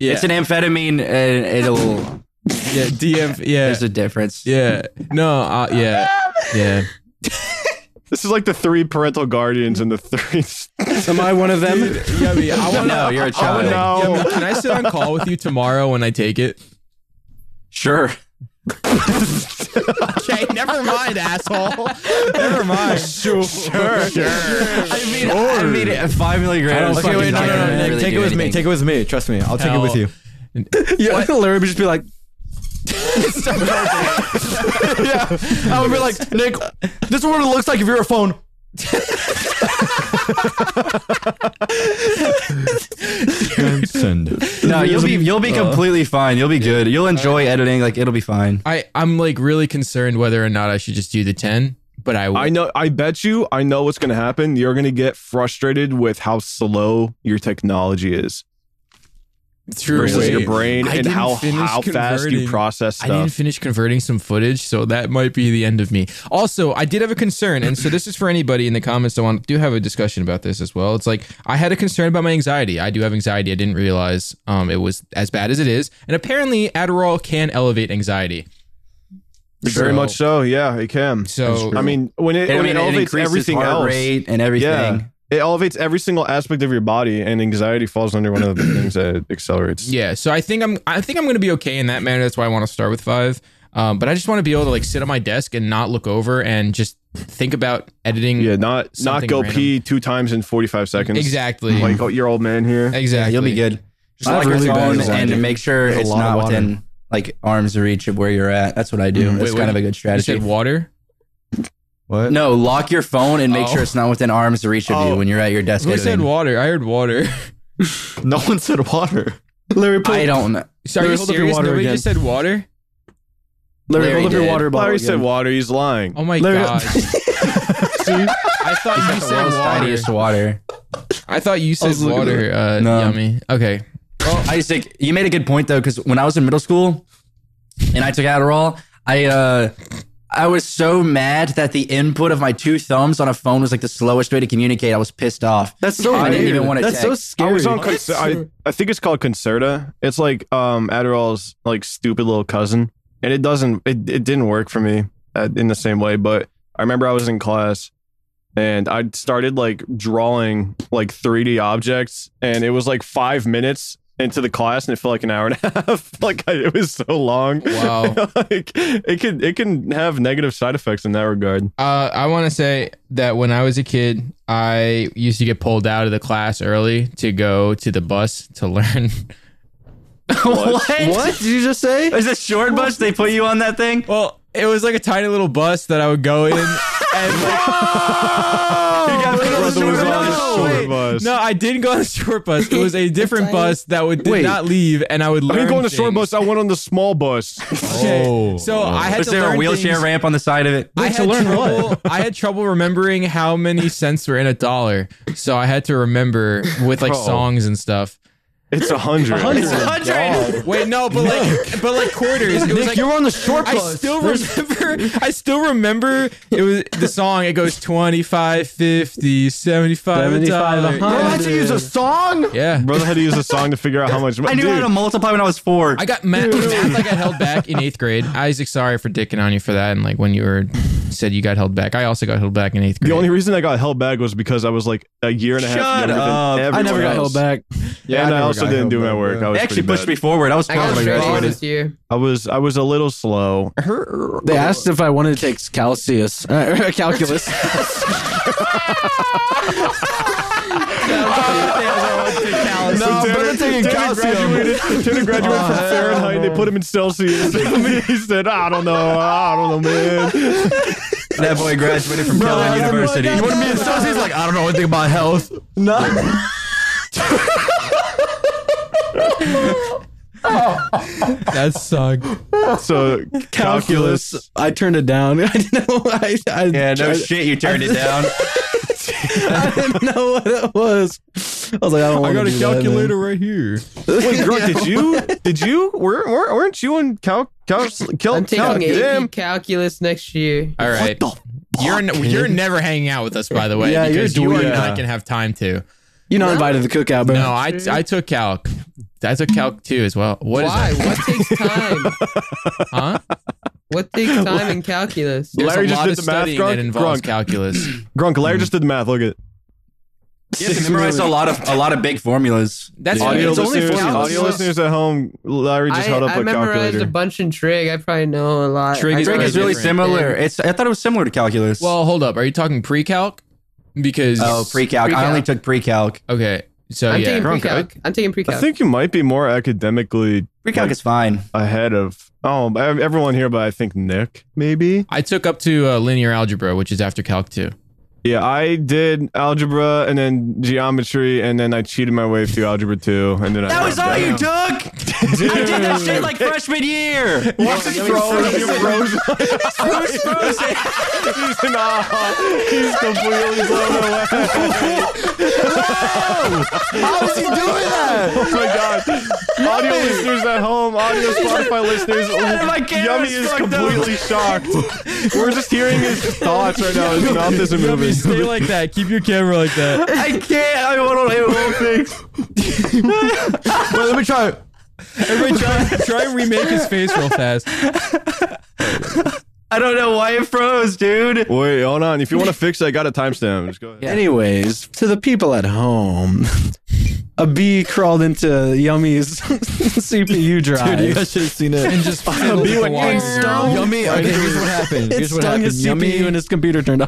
S6: Yeah.
S1: It's an amphetamine. And it'll.
S6: yeah. DM. Yeah.
S1: There's a difference.
S6: Yeah. No. Uh, yeah. Yeah.
S2: this is like the three parental guardians and the three
S4: Am I one of them?
S6: Yeah. I mean, I want
S1: No, you're a
S2: oh
S1: child.
S2: no
S6: Yeah, can I sit on call with you tomorrow when I take it?
S1: Sure.
S6: Okay, never mind, asshole. Never mind. Sure.
S1: I mean, I mean, at five milligrams.
S7: Okay, wait, no, no, no, Nick, take it with me. Take it with me. Trust me, I'll take it with you.
S4: Yeah, Larry would just be like,
S7: I would be like, Nick, this is what it looks like if you're a phone. Send.
S1: No, you'll be you'll be completely fine. You'll be good. You'll enjoy editing. Like it'll be fine.
S6: I, I'm like really concerned whether or not I should just do the 10, but I,
S2: i know i bet you i know what's gonna happen you're gonna get frustrated with how slow your technology is
S6: through
S2: versus your brain
S6: I
S2: and
S6: didn't
S2: how
S6: finish
S2: how fast you
S6: converting.
S2: process
S6: I
S2: stuff
S6: didn't finish converting some footage, so that might be the end of me. Also, I did have a concern, and so this is for anybody in the comments that want do have a discussion about this as well. It's like I had a concern about my anxiety. I do have anxiety. I didn't realize um, it was as bad as it is, and apparently Adderall can elevate anxiety.
S2: Very
S6: So-
S2: much so. Yeah, it can.
S6: So-
S2: I mean, when it,
S1: And, I
S2: when it
S1: mean, it
S2: elevates
S1: increases
S2: everything
S1: heart
S2: else,
S1: rate and everything.
S2: yeah, it elevates every single aspect of your body, and anxiety falls under one of the things that it accelerates.
S6: Yeah, so I think I'm I think I'm gonna be okay in that manner. That's why I want to start with five. Um, but I just want to be able to like sit at my desk and not look over and just think about editing.
S2: Yeah, not
S6: Something
S2: not go
S6: random.
S2: pee two times in forty five seconds.
S6: exactly.
S2: Like oh, your old man here.
S1: Yeah,
S6: exactly.
S1: you'll be good. Just
S5: I
S1: lock
S5: have
S1: your
S5: really bad
S1: phone
S5: anxiety.
S1: and make sure
S5: There's a
S1: it's
S5: lot of
S1: not
S5: water.
S1: within like arms reach of where you're at. That's Mm-hmm. what I do.
S6: Mm.
S1: It's
S6: Wait,
S1: kind
S6: what-
S1: of a good
S6: You
S1: strategy.
S6: said water.
S7: What?
S1: No, lock your phone and make
S6: Oh.
S1: sure it's not within arms reach of
S6: Oh.
S1: you when you're at your desk.
S6: Who
S1: editing.
S6: said water? I heard water.
S7: No one said water.
S4: Larry, pull,
S1: I don't know.
S6: So are you
S4: Hold up your
S6: serious?
S4: water
S6: Nobody
S4: again.
S6: just said water.
S4: Larry,
S1: Larry
S4: hold up your
S1: did.
S4: water bottle.
S2: Larry
S4: again.
S2: said water. He's lying.
S6: Oh my god. I thought you
S1: The
S6: said
S1: world's tiniest
S6: water.
S1: water.
S6: I thought you said
S2: looking
S6: water. Uh,
S1: No.
S6: Yummy. Okay.
S1: Isaac, you made a good point though, because when I was in middle school and I took Adderall, I uh I was so mad that the input of my two thumbs on a phone was like the slowest way to communicate. I was pissed off.
S7: That's so
S1: I didn't even want to
S7: That's
S1: text.
S7: so
S2: I
S7: scary.
S2: was on Concer- I, I think it's called Concerta. It's like um Adderall's like stupid little cousin, and it doesn't it, it didn't work for me uh, in the same way. But I remember I was in class, and I started like drawing like 3D objects, and it was like five minutes into the class, and it felt like an hour and a half. like I, it was so long.
S6: Wow.
S2: like it could it can have negative side effects in that regard.
S6: Uh, I want to say that when I was a kid, I used to get pulled out of the class early to go to the bus to learn.
S1: what?
S7: what did you just say?
S1: Is it short bus? They put you on that thing?
S6: well, it was like a tiny little bus that I would go in. And
S2: Brother was
S6: short
S2: on the
S6: bus.
S2: short
S6: Wait,
S2: bus.
S6: no, I didn't go on the short bus. It was a different bus that would did
S2: Wait.
S6: not leave, and I would
S2: I
S6: learn.
S2: didn't go on the short
S6: things.
S2: bus. I went on the small bus.
S6: Okay, so I had
S1: Was
S6: to
S1: there
S6: learn
S1: a wheelchair
S6: things.
S1: ramp on the side of it?
S6: I had trouble. I had trouble remembering how many cents were in a dollar, so I had to remember with like
S2: Bro.
S6: songs and stuff.
S2: It's a hundred.
S1: It's a hundred.
S6: Wait, no, but like, but like quarters. It was
S7: Nick,
S6: like
S7: you were on the short
S6: I
S7: bus.
S6: still remember. I still remember. It was the song. It goes 25, 50, 75, a
S4: 75,
S6: dollar.
S4: a
S7: Bro,
S6: Yeah.
S7: I had to use a song.
S6: Yeah.
S2: Brother had to use a song to figure out how much.
S1: I knew
S2: Dude,
S1: how to multiply when I was four.
S6: I got math, math I got held back in eighth grade. Isaac, sorry for dicking on you for that. And like when you were said you got held back, I also got held back in eighth grade.
S2: the only reason I got held back was because I was like a year and a half
S1: Shut
S2: younger
S1: up.
S2: than
S4: I
S2: everyone
S4: never got
S2: else.
S4: held back.
S2: Yeah, and I,
S6: never
S2: also
S6: got
S2: didn't
S6: held
S2: do my
S6: back,
S2: work.
S6: yeah.
S2: I was
S1: They actually
S2: pretty
S1: pushed
S2: bad.
S1: me forward. I was
S3: I
S1: proud
S3: got
S1: of my
S3: straight A's
S1: graduated.
S3: this year.
S2: I was I was a little slow.
S4: They asked if I wanted to take calculus. Uh, calculus.
S7: No,
S2: Tanner-
S7: better taking
S2: Tanner
S7: calcium.
S2: graduated, Tanner graduated from Fahrenheit. They put him in Celsius. he said, "I don't know. I don't know, man."
S1: That boy graduated from Kellogg University.
S7: You want to be in Celsius? Like, I don't know anything about health. No.
S6: that sucked.
S2: So calculus.
S4: calculus. I turned it down. I didn't know. I, I,
S1: Yeah, no
S4: I,
S1: Oh, shit, you turned it down.
S4: I didn't know what it was. I was like, I don't want to do That,
S6: right here.
S2: Wait, Grunk, did you? Did you? Were, were, weren't you in cal? Cal? cal
S3: I'm
S2: cal-
S3: taking
S2: damn.
S3: AP calculus next year.
S6: All right. you're n- you're never hanging out with us, by the way,
S4: Yeah, you're
S6: because
S4: a
S6: you are
S4: dweeb.
S6: not gonna have time to.
S4: You're not invited to the cookout, bro.
S6: No, I I took calc. I took calc too as well. What is
S3: Why?
S6: that?
S3: What takes time?
S6: Huh?
S3: What takes time in calculus?
S6: There's
S2: Larry
S6: a
S2: just
S6: lot
S2: did
S6: of
S2: the math,
S6: studying
S2: Grunk.
S6: that involves
S2: Grunk.
S6: calculus.
S2: Grunk, Larry just did the math. Look at it.
S1: You have to memorize a lot of a lot of big formulas.
S6: That's
S2: Audio
S6: it's only
S2: listeners,
S6: calculus.
S2: audio listeners at home, Larry just
S3: I,
S2: held up
S3: I
S2: a
S3: memorized
S2: calculator.
S3: a bunch in trig. I probably know a lot.
S6: Trig
S3: I
S6: is
S3: know
S1: Trig
S6: very
S1: is really
S6: different.
S1: similar.
S3: Yeah.
S1: It's I thought it was similar to calculus.
S6: Well, hold up. Are you talking pre-calc? Because
S1: oh, pre-calc. I
S3: pre-calc.
S1: only took pre-calc.
S6: Okay, so
S3: I'm
S6: yeah.
S3: taking
S2: Drunk,
S3: pre-calc. I'm taking pre-calc.
S2: I think you might be more academically
S1: Pre-calc
S2: Like-
S1: is fine.
S2: ahead of oh I- everyone here, but I think Nick maybe.
S6: I took up to uh, linear algebra, which is after calc two.
S2: Yeah, I did algebra and then geometry, and then I cheated my way through algebra two, and then I
S1: That was all you took. I did that shit like freshman year.
S2: What's his throwing up your frozen?
S1: Who's frozen?
S2: He's in awe. He's completely blown away.
S7: How is he doing that?
S2: Oh my god! Audio listeners at home, audio Spotify listeners,
S1: my
S2: Yummy
S1: camera's
S2: is
S1: fucked up.
S2: completely shocked. We're just hearing his thoughts right now. His mouth isn't moving.
S6: like that. Keep your camera like that.
S1: I can't. I want to
S7: Wait, let me try. it.
S6: Everybody try, try and remake his face real fast.
S1: I don't know why it froze, dude.
S2: Wait, hold on. If you want to fix it, I got a timestamp. Just go ahead.
S4: Anyways, to the people at home, a bee crawled into Yummy's CPU drive.
S7: Dude, you guys should have seen it.
S6: And just fiddle with the wires.
S7: Yummy. Okay, here's what happened.
S4: it
S7: Here's what
S4: stung
S7: happened.
S4: his
S7: Yummy,
S4: CPU and his computer turned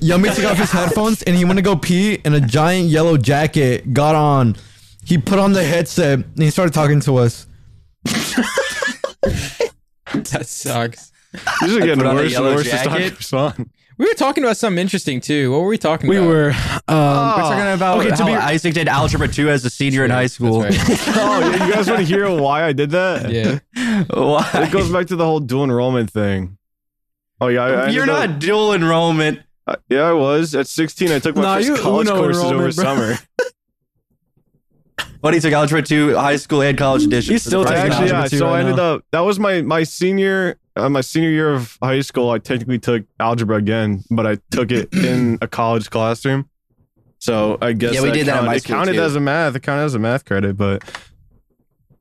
S7: Yummy took off his headphones and he went to go pee, and a giant yellow jacket got on. He put on the headset and he started talking to us.
S6: That sucks.
S2: These are getting
S1: on a
S2: worse and
S1: yellow
S2: worse as time
S1: jacket.
S2: goes on.
S6: We were talking about something interesting too. What were we talking
S4: We
S6: about?
S4: were. Um,
S1: We're talking about
S4: Okay, to
S1: how
S4: be-
S1: Isaac did algebra two as a senior in high school.
S6: That's right.
S2: Oh, yeah, you guys want to hear why I did that?
S6: Yeah.
S2: It
S1: Why?
S2: goes back to the whole dual enrollment thing. Oh yeah, I, I ended
S1: You're
S2: up-
S1: not dual enrollment.
S2: Uh, yeah, I was at 16. I took my
S4: Nah, you
S2: first college
S4: Uno
S2: courses over
S4: enrollment, bro.
S2: summer.
S1: But he took algebra two, high school and college edition.
S4: He's still
S1: For the
S4: taking
S1: first
S2: Actually,
S1: time.
S2: yeah.
S4: algebra two
S2: So
S4: right
S2: I ended
S4: now.
S2: up that was my my senior uh, my senior year of high school. I technically took algebra again, but I took it in a college classroom. So I guess
S1: Yeah, we did that in
S2: counted-
S1: my
S2: it
S1: school,
S2: counted
S1: too.
S2: as a math. It counted as a math credit, but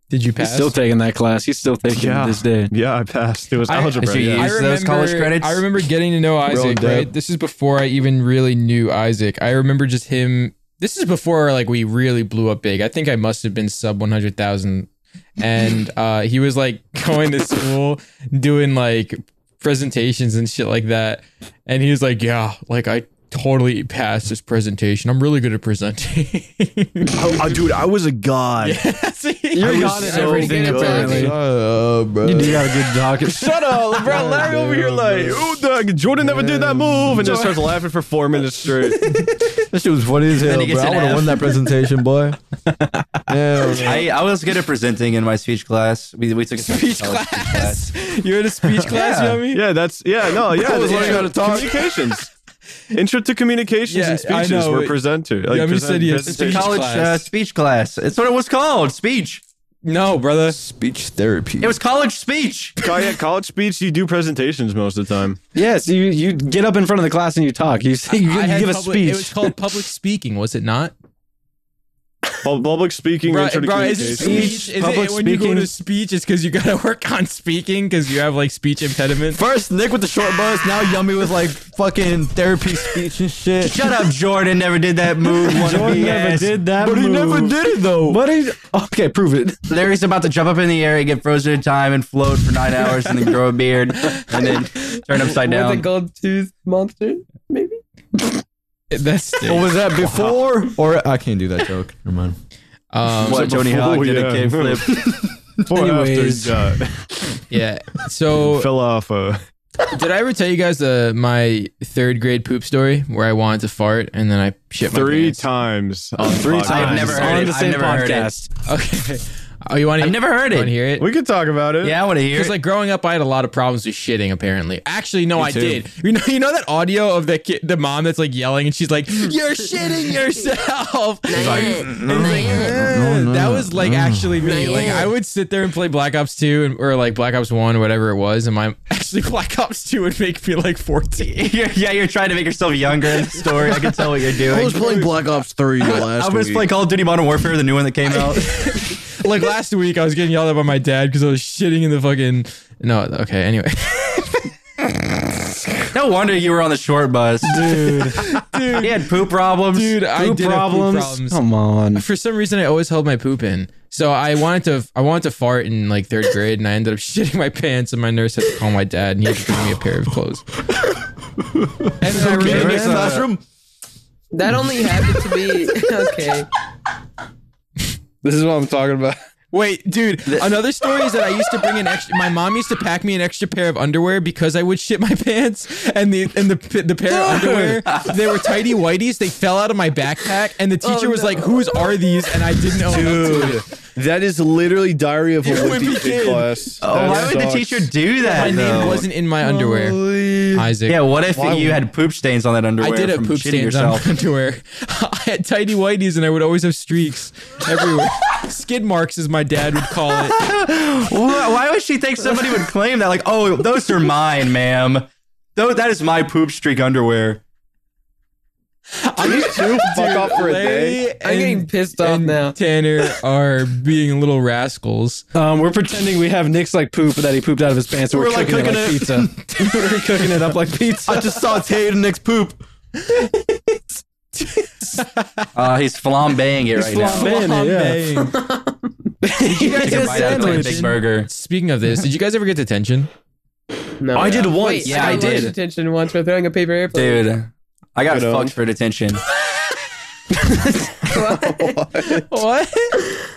S6: Did you
S4: he's
S6: pass?
S4: still taking that class. He's still taking
S2: Yeah.
S4: it this day.
S2: yeah, I passed. It was
S6: I-
S2: algebra.
S1: Did you
S2: yeah.
S1: use those college credits?
S6: I remember getting to know Isaac,
S2: dead.
S6: right? This is before I even really knew Isaac. I remember just him. This is before like we really blew up big. I think I must have been sub 100,000 and uh he was like going to school doing like presentations and shit like that. And he was like, "Yeah, like I totally passed this presentation. I'm really good at presenting."
S7: Oh, oh, dude, I was a god.
S6: You're
S4: God at everything,
S2: good.
S4: apparently.
S7: up, bro.
S4: You do got a good docket.
S2: Shut up, LeBron Larry over here like, ooh, Doug, Jordan never did that move, and just starts laughing for four minutes straight.
S7: That shit was funny as hell,
S1: he
S7: bro.
S1: gets
S7: I
S1: an
S7: would have
S1: F.
S7: won that presentation, boy. yeah,
S1: I, I was good at presenting in my speech class. We, we took a
S6: speech class. You had a speech class, you
S1: Yeah.
S6: know what I mean?
S2: Yeah, that's yeah, no, yeah.
S7: I was
S2: the
S7: learning
S2: intro
S7: how to talk.
S2: Communications. intro to communications
S6: Yeah,
S2: and
S6: I
S2: speeches
S6: know,
S2: were
S6: but-
S2: presenter. Like,
S6: Yeah, but you said you had
S2: present-
S1: It's a
S6: Speech
S1: college uh,
S6: class.
S1: speech class. It's what it was called. Speech.
S6: No, brother.
S7: speech therapy.
S1: It was college speech.
S2: Co- yeah, college speech. You do presentations most of the time.
S4: Yes, you you get up in front of the class and you talk. You, say- you,
S6: I
S4: you
S6: had
S4: give a
S6: public- It was
S4: speech.
S6: called public speaking, was it not?
S2: Pub- Public speaking.
S6: Bro,
S2: intro to
S6: bro, is it
S2: communications.
S6: speech? Is
S4: public
S6: it when you go to
S4: speaking.
S6: speech, it's because you gotta work on speaking because you have like speech impediment?
S7: First Nick with the short bus, now Yummy with like fucking therapy speech and shit.
S1: Shut up, Jordan. Never did that move.
S4: Jordan
S1: wannabe
S4: never
S1: ass.
S4: did that.
S7: but he never
S4: move.
S7: did it though.
S4: But he okay, prove it.
S1: Larry's about to jump up in the air, and get frozen in time, and float for nine hours, and then grow a beard, and then turn upside
S3: With a
S1: down.
S3: gold tooth monster, maybe.
S6: That's
S7: What was that before? Or I can't do that joke. Never mind.
S6: um,
S1: what
S2: So
S1: Tony
S2: before-
S1: Hawk did
S2: yeah.
S1: a kickflip.
S2: Before
S4: Anyways.
S2: after
S6: yeah.
S2: uh,
S6: So
S2: fell off. Uh,
S6: did I ever tell you guys uh, my third grade poop story where I wanted to fart and then I shit my
S2: three
S6: pants?
S2: times. on
S4: Three
S2: podcast.
S4: times
S1: I've never heard
S4: on
S1: it.
S4: the
S1: I've
S4: same
S1: never heard it.
S6: Okay.
S4: podcast.
S6: Oh, you want to?
S1: I've never heard
S6: Want to
S1: it.
S6: hear it?
S2: We could talk about it.
S1: Yeah, I want to hear
S6: Because
S1: it.
S6: like growing up, I had a lot of problems with shitting. Apparently, actually, no, I did. You know, you know that audio of the kid, the mom that's like yelling, and she's like, "You're shitting yourself." And it's like, mm, "Eh." that was like actually me. Like I would sit there and play Black Ops Two and, or like Black Ops One or whatever it was, and my actually Black Ops Two would make me like fourteen.
S1: You're- yeah, you're trying to make yourself younger in the story. I can tell what you're
S7: I
S1: doing.
S7: was playing Black Ops 3 the last
S1: I'm gonna
S7: week.
S1: play Call of Duty Modern Warfare, the new one that came out.
S6: like last week, I was getting yelled at by my dad because I was shitting in the fucking. No, okay. Anyway,
S1: No wonder you were on the short bus, dude. dude, he had poop problems.
S6: dude, I
S4: Poop
S6: did have poop
S4: problems.
S6: problems.
S4: Come on.
S6: for some reason I always held my poop in. So I wanted to I wanted to fart in like third grade and I ended up shitting my pants and my nurse had to call my dad and he had to bring me a pair of clothes. And then I
S7: in
S6: remember
S7: the classroom.
S3: That only happened to be okay.
S4: This is what I'm talking about.
S6: Wait, dude, another story is that I used to bring an extra my mom used to pack me an extra pair of underwear because I would shit my pants and the and the the pair of underwear they were tidy whities, they fell out of my backpack and the teacher was like, "Whose are these?" and I didn't know.
S2: Dude, that is literally Diary of a Wimpy Kid class.
S1: Oh,
S2: That
S1: why would the
S2: sucks.
S1: teacher do
S6: My
S1: that?
S6: name
S1: though?
S6: wasn't in my underwear.
S7: Holy-
S6: Isaac.
S1: Yeah, what if you had poop stains on that
S6: I
S1: underwear?
S6: did have
S1: from
S6: poop
S1: shitting
S6: stains on
S1: yourself.
S6: my underwear. I had tidy whiteys and I would always have streaks everywhere. Skid marks, as my dad would call it.
S1: Why why would she think somebody would claim that? Like, oh, those are mine, ma'am. Though that is my poop streak underwear.
S2: These two fuck off for a day.
S6: Larry
S3: I'm getting
S6: and,
S3: pissed off
S6: and
S3: now.
S6: Tanner are being little rascals.
S4: Um, we're pretending we have Nick's like poop that he pooped out of his pants. And we're,
S7: We're, like,
S4: cooking, it like
S7: cooking
S4: pizza. we're cooking it up like
S7: I
S4: pizza.
S7: just sauteed the next poop.
S1: Uh, he's flambeing it right now.
S4: Man, yeah.
S6: Flambe.
S1: You guys
S4: get a sandwich.
S1: Big burger.
S6: Speaking of this, did you guys ever get detention?
S3: No,
S7: I did once.
S3: Wait,
S1: Yeah, I
S3: got
S1: did.
S3: lunch Detention once for throwing a paper airplane.
S1: Dude, I got
S2: Good on.
S1: fucked for detention.
S6: What?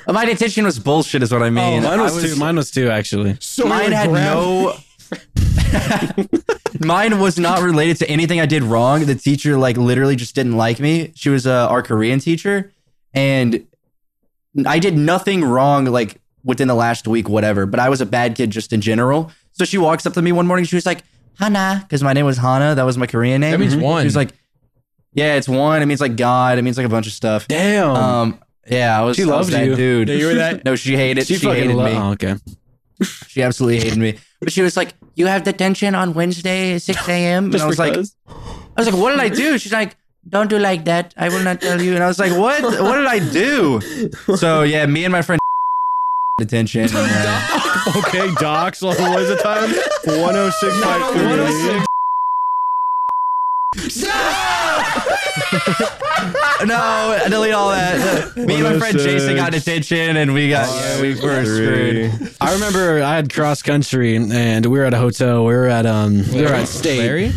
S1: My detention was bullshit, is what I mean.
S4: Mine
S1: I
S4: was, two. Mine was two actually.
S6: So
S1: mine had no Mine was not related to anything I did wrong. The teacher like literally just didn't like me. She was uh, our Korean teacher, and I did nothing wrong like within the last week, whatever. But I was a bad kid just in general. So she walks up to me one morning. She was like Hana, because my name was Hana. That was my Korean name.
S6: That means one.
S1: She was like, yeah, it's one. It means like God. It means like a bunch of stuff.
S4: Damn.
S1: Um, yeah, I was.
S4: She
S1: I was
S4: loved
S1: that
S4: you.
S1: dude.
S6: Yeah, you were that-
S1: No, she hated. She,
S4: fucking
S1: hated
S4: lo-
S1: me.
S4: Oh, okay.
S1: She absolutely hated me. But she was like, "You have detention on Wednesday, at six a.m." And I was like, "I was like, what did I do?" She's like, "Don't do like that. I will not tell you." And I was like, "What? What did I do?" So yeah, me and my friend detention. and, uh,
S2: Okay, docs. What was the time? 106.3.
S1: no, delete all that. Me and my friend Jason got detention, and we got yeah, we were screwed.
S4: I remember I had cross country and we were at a hotel. We were at um we were at state.
S6: Larry?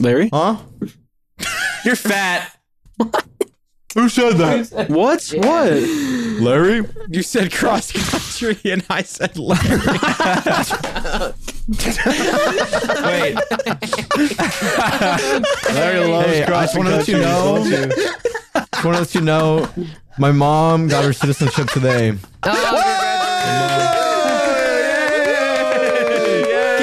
S4: Larry?
S7: Huh?
S1: You're fat.
S7: Who said that?
S4: What? What?
S2: Larry?
S6: You said cross country and I said Larry.
S1: Wait,
S2: Larry loves
S7: Hey, I just
S2: crossing
S7: wanted to
S2: country.
S7: let you know- Just want to let you know, my mom got her citizenship today.
S4: Oh,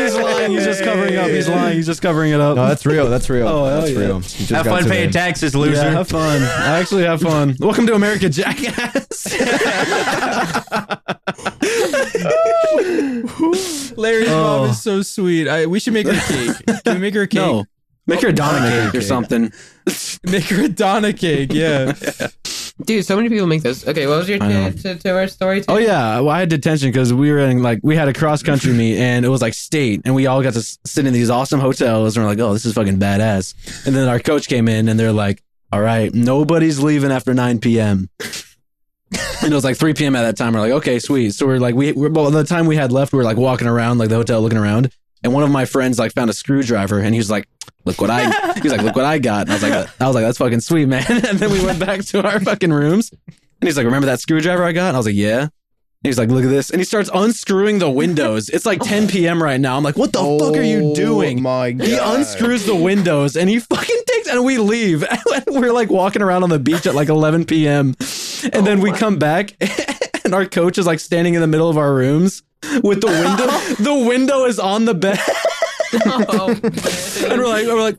S4: He's lying. He's just covering up. He's lying. He's just covering it up.
S7: No, that's real. That's real.
S4: Oh, hell
S7: that's
S4: yeah.
S7: real. She just
S1: have
S7: got
S1: fun
S7: today.
S1: paying taxes, loser.
S4: Yeah, have fun. I actually have fun. Welcome to America, jackass.
S6: Larry's
S1: Oh.
S6: mom is so sweet. I, we should make her a cake. Can we make her a cake?
S4: no. Make her a Donna cake or something.
S6: Make her a Donna cake. Yeah.
S3: Dude, so many people make those. Okay, what was your
S4: know.
S3: to, to, to our story?
S4: Oh yeah, well, I had detention because we were in like we had a cross country meet and it was like state and we all got to s- sit in these awesome hotels and we're like, oh, this is fucking badass. And then our coach came in and they're like, all right, nobody's leaving after 9 p.m. and it was like 3 p.m. at that time. We're like, okay, sweet. So we're like, we we're, well, the time we had left, we were like walking around like the hotel, looking around, and one of my friends like found a screwdriver and he was like. Look what I he was like. Look what I got. And I was like, I was like, that's fucking sweet, man. And then we went back to our fucking rooms, and he's like, remember that screwdriver I got? And I was like, yeah. And He's like, look at this. And he starts unscrewing the windows. It's like 10 p.m. right now. I'm like, what the fuck are
S7: Oh
S4: you doing?
S2: My
S4: He unscrews the windows and he fucking takes, and we leave. We're like walking around on the beach at like 11 p.m. And
S6: Oh
S4: then we come back, and our coach is like standing in the middle of our rooms with the window. the window is on the bed.
S3: Oh,
S4: And we're like, we're like,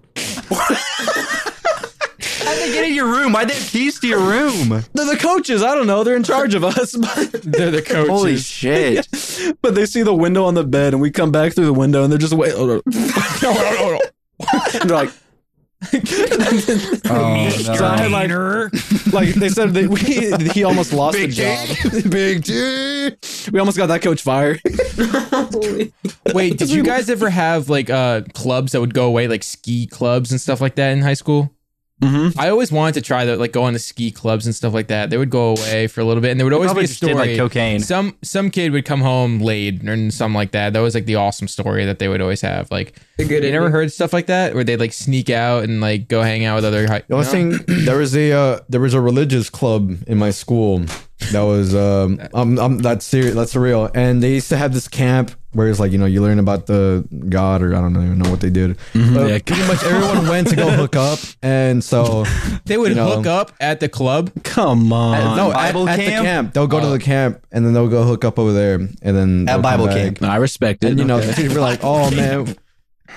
S1: How'd they get in your room? Why'd they have keys to your room?
S4: they're the coaches. I don't know. They're in charge of us. But
S6: They're the coaches.
S1: Holy shit.
S4: But they see the window on the bed, and we come back through the window, and they're just wait. Oh, no. No, no, no, no. And they're like,
S7: Oh,
S4: so I had like, like they said, they, we, he almost lost the job.
S7: Big G.
S4: We almost got that coach fired.
S6: Wait, did you guys ever have like uh clubs that would go away, like ski clubs and stuff like that in high school?
S4: Mhm.
S1: Mm-hmm.
S6: I always wanted to try that, like go on the ski clubs and stuff like that. They would go away for a little bit, and there would always be
S1: Probably
S6: a
S1: just did
S6: story.
S1: like cocaine.
S6: Some some kid would come home late or something like that. That was like the awesome story that they would always have. Like
S3: a
S6: you
S3: good
S6: never heard stuff like that, where they'd like sneak out and like go hang out with other. High-
S7: The only thing there was a uh, there was a religious club in my school that was um I'm, I'm that's serious that's real and they used to have this camp where it's like you know you learn about the god or I don't even know what they did
S1: Mm-hmm.
S7: but
S4: yeah.
S7: pretty much everyone went to go hook up and so
S6: They would
S7: You know.
S6: hook up at the club.
S4: Come on.
S7: no at,
S1: Bible
S7: at
S1: camp? Oh.
S7: the camp they'll go to the camp and then they'll go hook up over there and then they'll come
S1: Bible
S7: back.
S1: camp.
S4: I respect it.
S7: and you know
S4: Okay.
S7: the teachers were like oh man.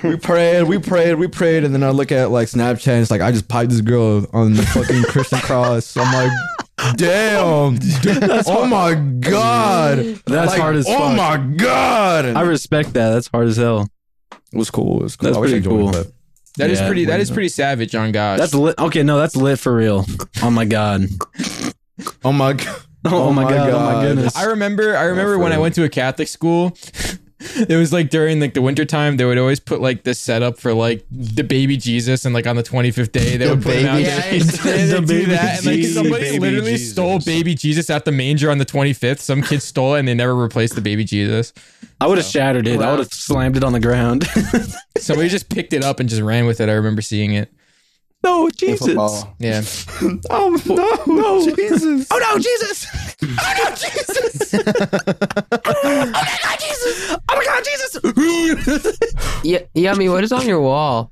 S7: We prayed, we prayed, we prayed, and then I look at like Snapchat. And it's like I just piped this girl on the fucking Christian cross. I'm like, damn, oh my god,
S4: that's
S7: Like,
S4: hard as fuck.
S7: oh my god,
S4: I respect that. That's hard as hell.
S7: it was cool. It was cool.
S4: That's
S7: I wish I
S4: pretty
S7: joined,
S4: cool.
S7: but-
S6: That is
S4: Yeah,
S6: pretty. That is pretty savage on God.
S4: That's lit. Okay, no, that's lit for real. Oh my god.
S7: Oh my god,
S4: Oh, my
S7: my
S4: god. Oh my
S7: God.
S4: goodness.
S6: I remember I remember
S7: for
S6: when I
S7: real.
S6: went to a Catholic school. It was like during like the winter time, they would always put like this setup for like the baby Jesus, and like on the twenty fifth day they would put him out.
S7: baby
S6: there. They
S4: The
S6: would do
S4: baby
S6: that, and like
S4: Jesus.
S6: somebody
S2: Baby
S6: literally
S2: Jesus.
S6: stole baby Jesus out the manger on the twenty fifth. Some kid stole it, and they never replaced the baby Jesus.
S4: I would have shattered it. I would have slammed it on the ground.
S6: Somebody just picked it up and just ran with it. I remember seeing it.
S4: no, Jesus.
S6: Yeah,
S7: oh no, no, Jesus,
S4: Oh no, Jesus! Oh no, Jesus! oh my God, Jesus! Oh my God, Jesus!
S3: Y- Yummy, what is on your wall?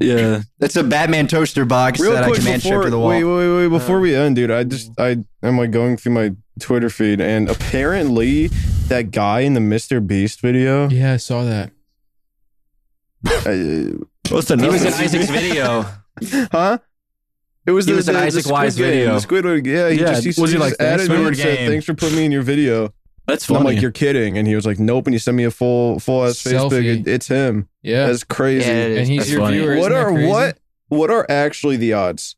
S1: Yeah, that's a Batman toaster box
S2: Real
S1: that I
S2: quick
S1: can man
S2: before,
S1: strip to the wall.
S2: wait, wait, wait,
S4: Uh-huh.
S2: before we end, dude, I just I am like going through my Twitter feed, and apparently that guy in the Mr. Beast video,
S6: Yeah, I saw that.
S2: uh,
S1: What's the he was in Isaac's video.
S2: huh? It was
S1: He
S2: the,
S1: was in
S2: the- the
S1: Isaac
S2: Squid
S1: Wise
S2: Game,
S1: video.
S2: The Squidward, yeah, he
S4: Yeah,
S2: just he,
S4: was he
S2: he
S4: like,
S2: just added me and
S1: "Thanks, Squidward
S2: said,
S1: Game."
S2: "Thanks for putting me in your video."
S1: That's
S2: And I'm like,
S4: Funny.
S2: "You're kidding!" And he was like, "Nope." And he sent me a full full ass Facebook.
S6: Selfie.
S2: It- it's him.
S6: Yeah,
S2: That's crazy.
S3: Yeah, it is.
S6: and he's
S1: that's
S6: your
S1: funny.
S6: viewer.
S2: what
S6: isn't that
S2: are
S6: crazy?
S2: what what are actually the odds?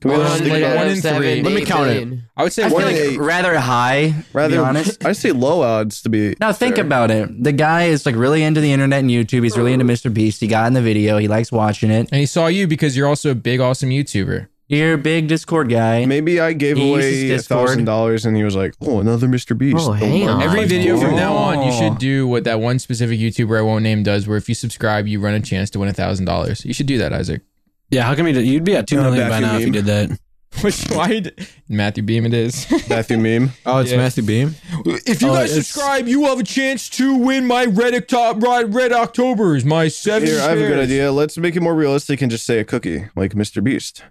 S2: Can we
S6: Well, One
S2: just think
S6: like
S2: about
S6: one
S2: it?
S6: in three.
S1: Uh, Let me count it.
S6: I would say
S1: I feel
S6: one
S2: One
S1: like
S2: eight.
S1: rather high. Rather
S2: Rather,
S1: to be honest.
S2: I say low odds to be.
S1: Now think
S2: fair.
S1: about it. The guy is like really into the internet and YouTube. He's really into Mr. Beast. He got in the video. He likes watching it.
S6: and he saw you because you're also a big, awesome YouTuber.
S1: You're a big Discord guy.
S2: Maybe I gave
S1: He uses
S2: away a
S1: Discord.
S2: thousand dollars, and he was like, "Oh, another Mr. Beast."
S3: Oh,
S2: The
S3: hang
S2: one-
S3: on.
S6: Every
S3: Oh,
S6: video from
S1: cool.
S6: now on, you
S1: Oh.
S6: should do what that one specific YouTuber I won't name does, where if you subscribe, you run a chance to win a thousand dollars. You should do that, Isaac.
S4: yeah, how come you did, you'd be at two
S2: Uh,
S4: million by
S2: vacuum
S4: now if you
S2: meme.
S4: did that?
S6: Which why did- Matthew Beam it is.
S2: Matthew meme.
S7: Oh, it's
S6: Yeah.
S7: Matthew Beam.
S6: If you
S4: Oh,
S6: guys
S4: it's-
S6: subscribe, you have a chance to win my Red Octo- Red, Red Octobers, my seven.
S2: Here, I have a good
S6: shares.
S2: idea. Let's make it more realistic and just say a cookie, like Mr. Beast.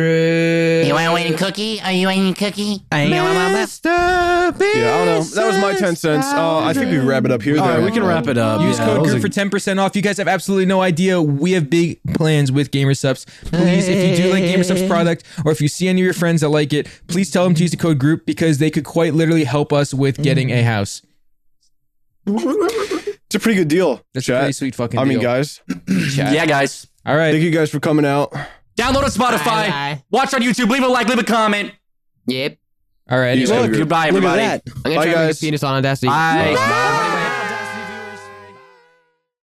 S3: True.
S8: You want to win a cookie? Are you winning a cookie?
S2: Yeah, I don't know. That was my ten cents. Uh, I think we wrap it up here.
S4: All right,
S2: though.
S4: we can wrap it up.
S6: Use
S4: Yeah, that
S6: code
S4: was
S6: GROUP
S4: a-
S6: for 10% off. You guys have absolutely no idea. We have big plans with GamerSubs. Please, if you do like GamerSubs product or if you see any of your friends that like it, please tell them to use the code GROUP because they could quite literally help us with getting a house.
S2: It's a pretty good deal.
S6: That's a
S2: chat.
S6: pretty sweet fucking
S2: I mean,
S6: deal.
S2: guys,
S6: Chat.
S1: Yeah, guys.
S6: All right.
S2: thank you guys for coming out.
S1: Download on Spotify.
S3: Bye-bye.
S1: Watch on YouTube. Leave a like. Leave a comment.
S3: Yep.
S6: All right.
S2: You
S6: anyway.
S2: Look,
S1: Goodbye,
S5: Look
S1: everybody.
S5: at that.
S3: I'm gonna
S2: Bye,
S3: try to make
S2: guys.
S3: a penis on Audacity.
S1: Bye.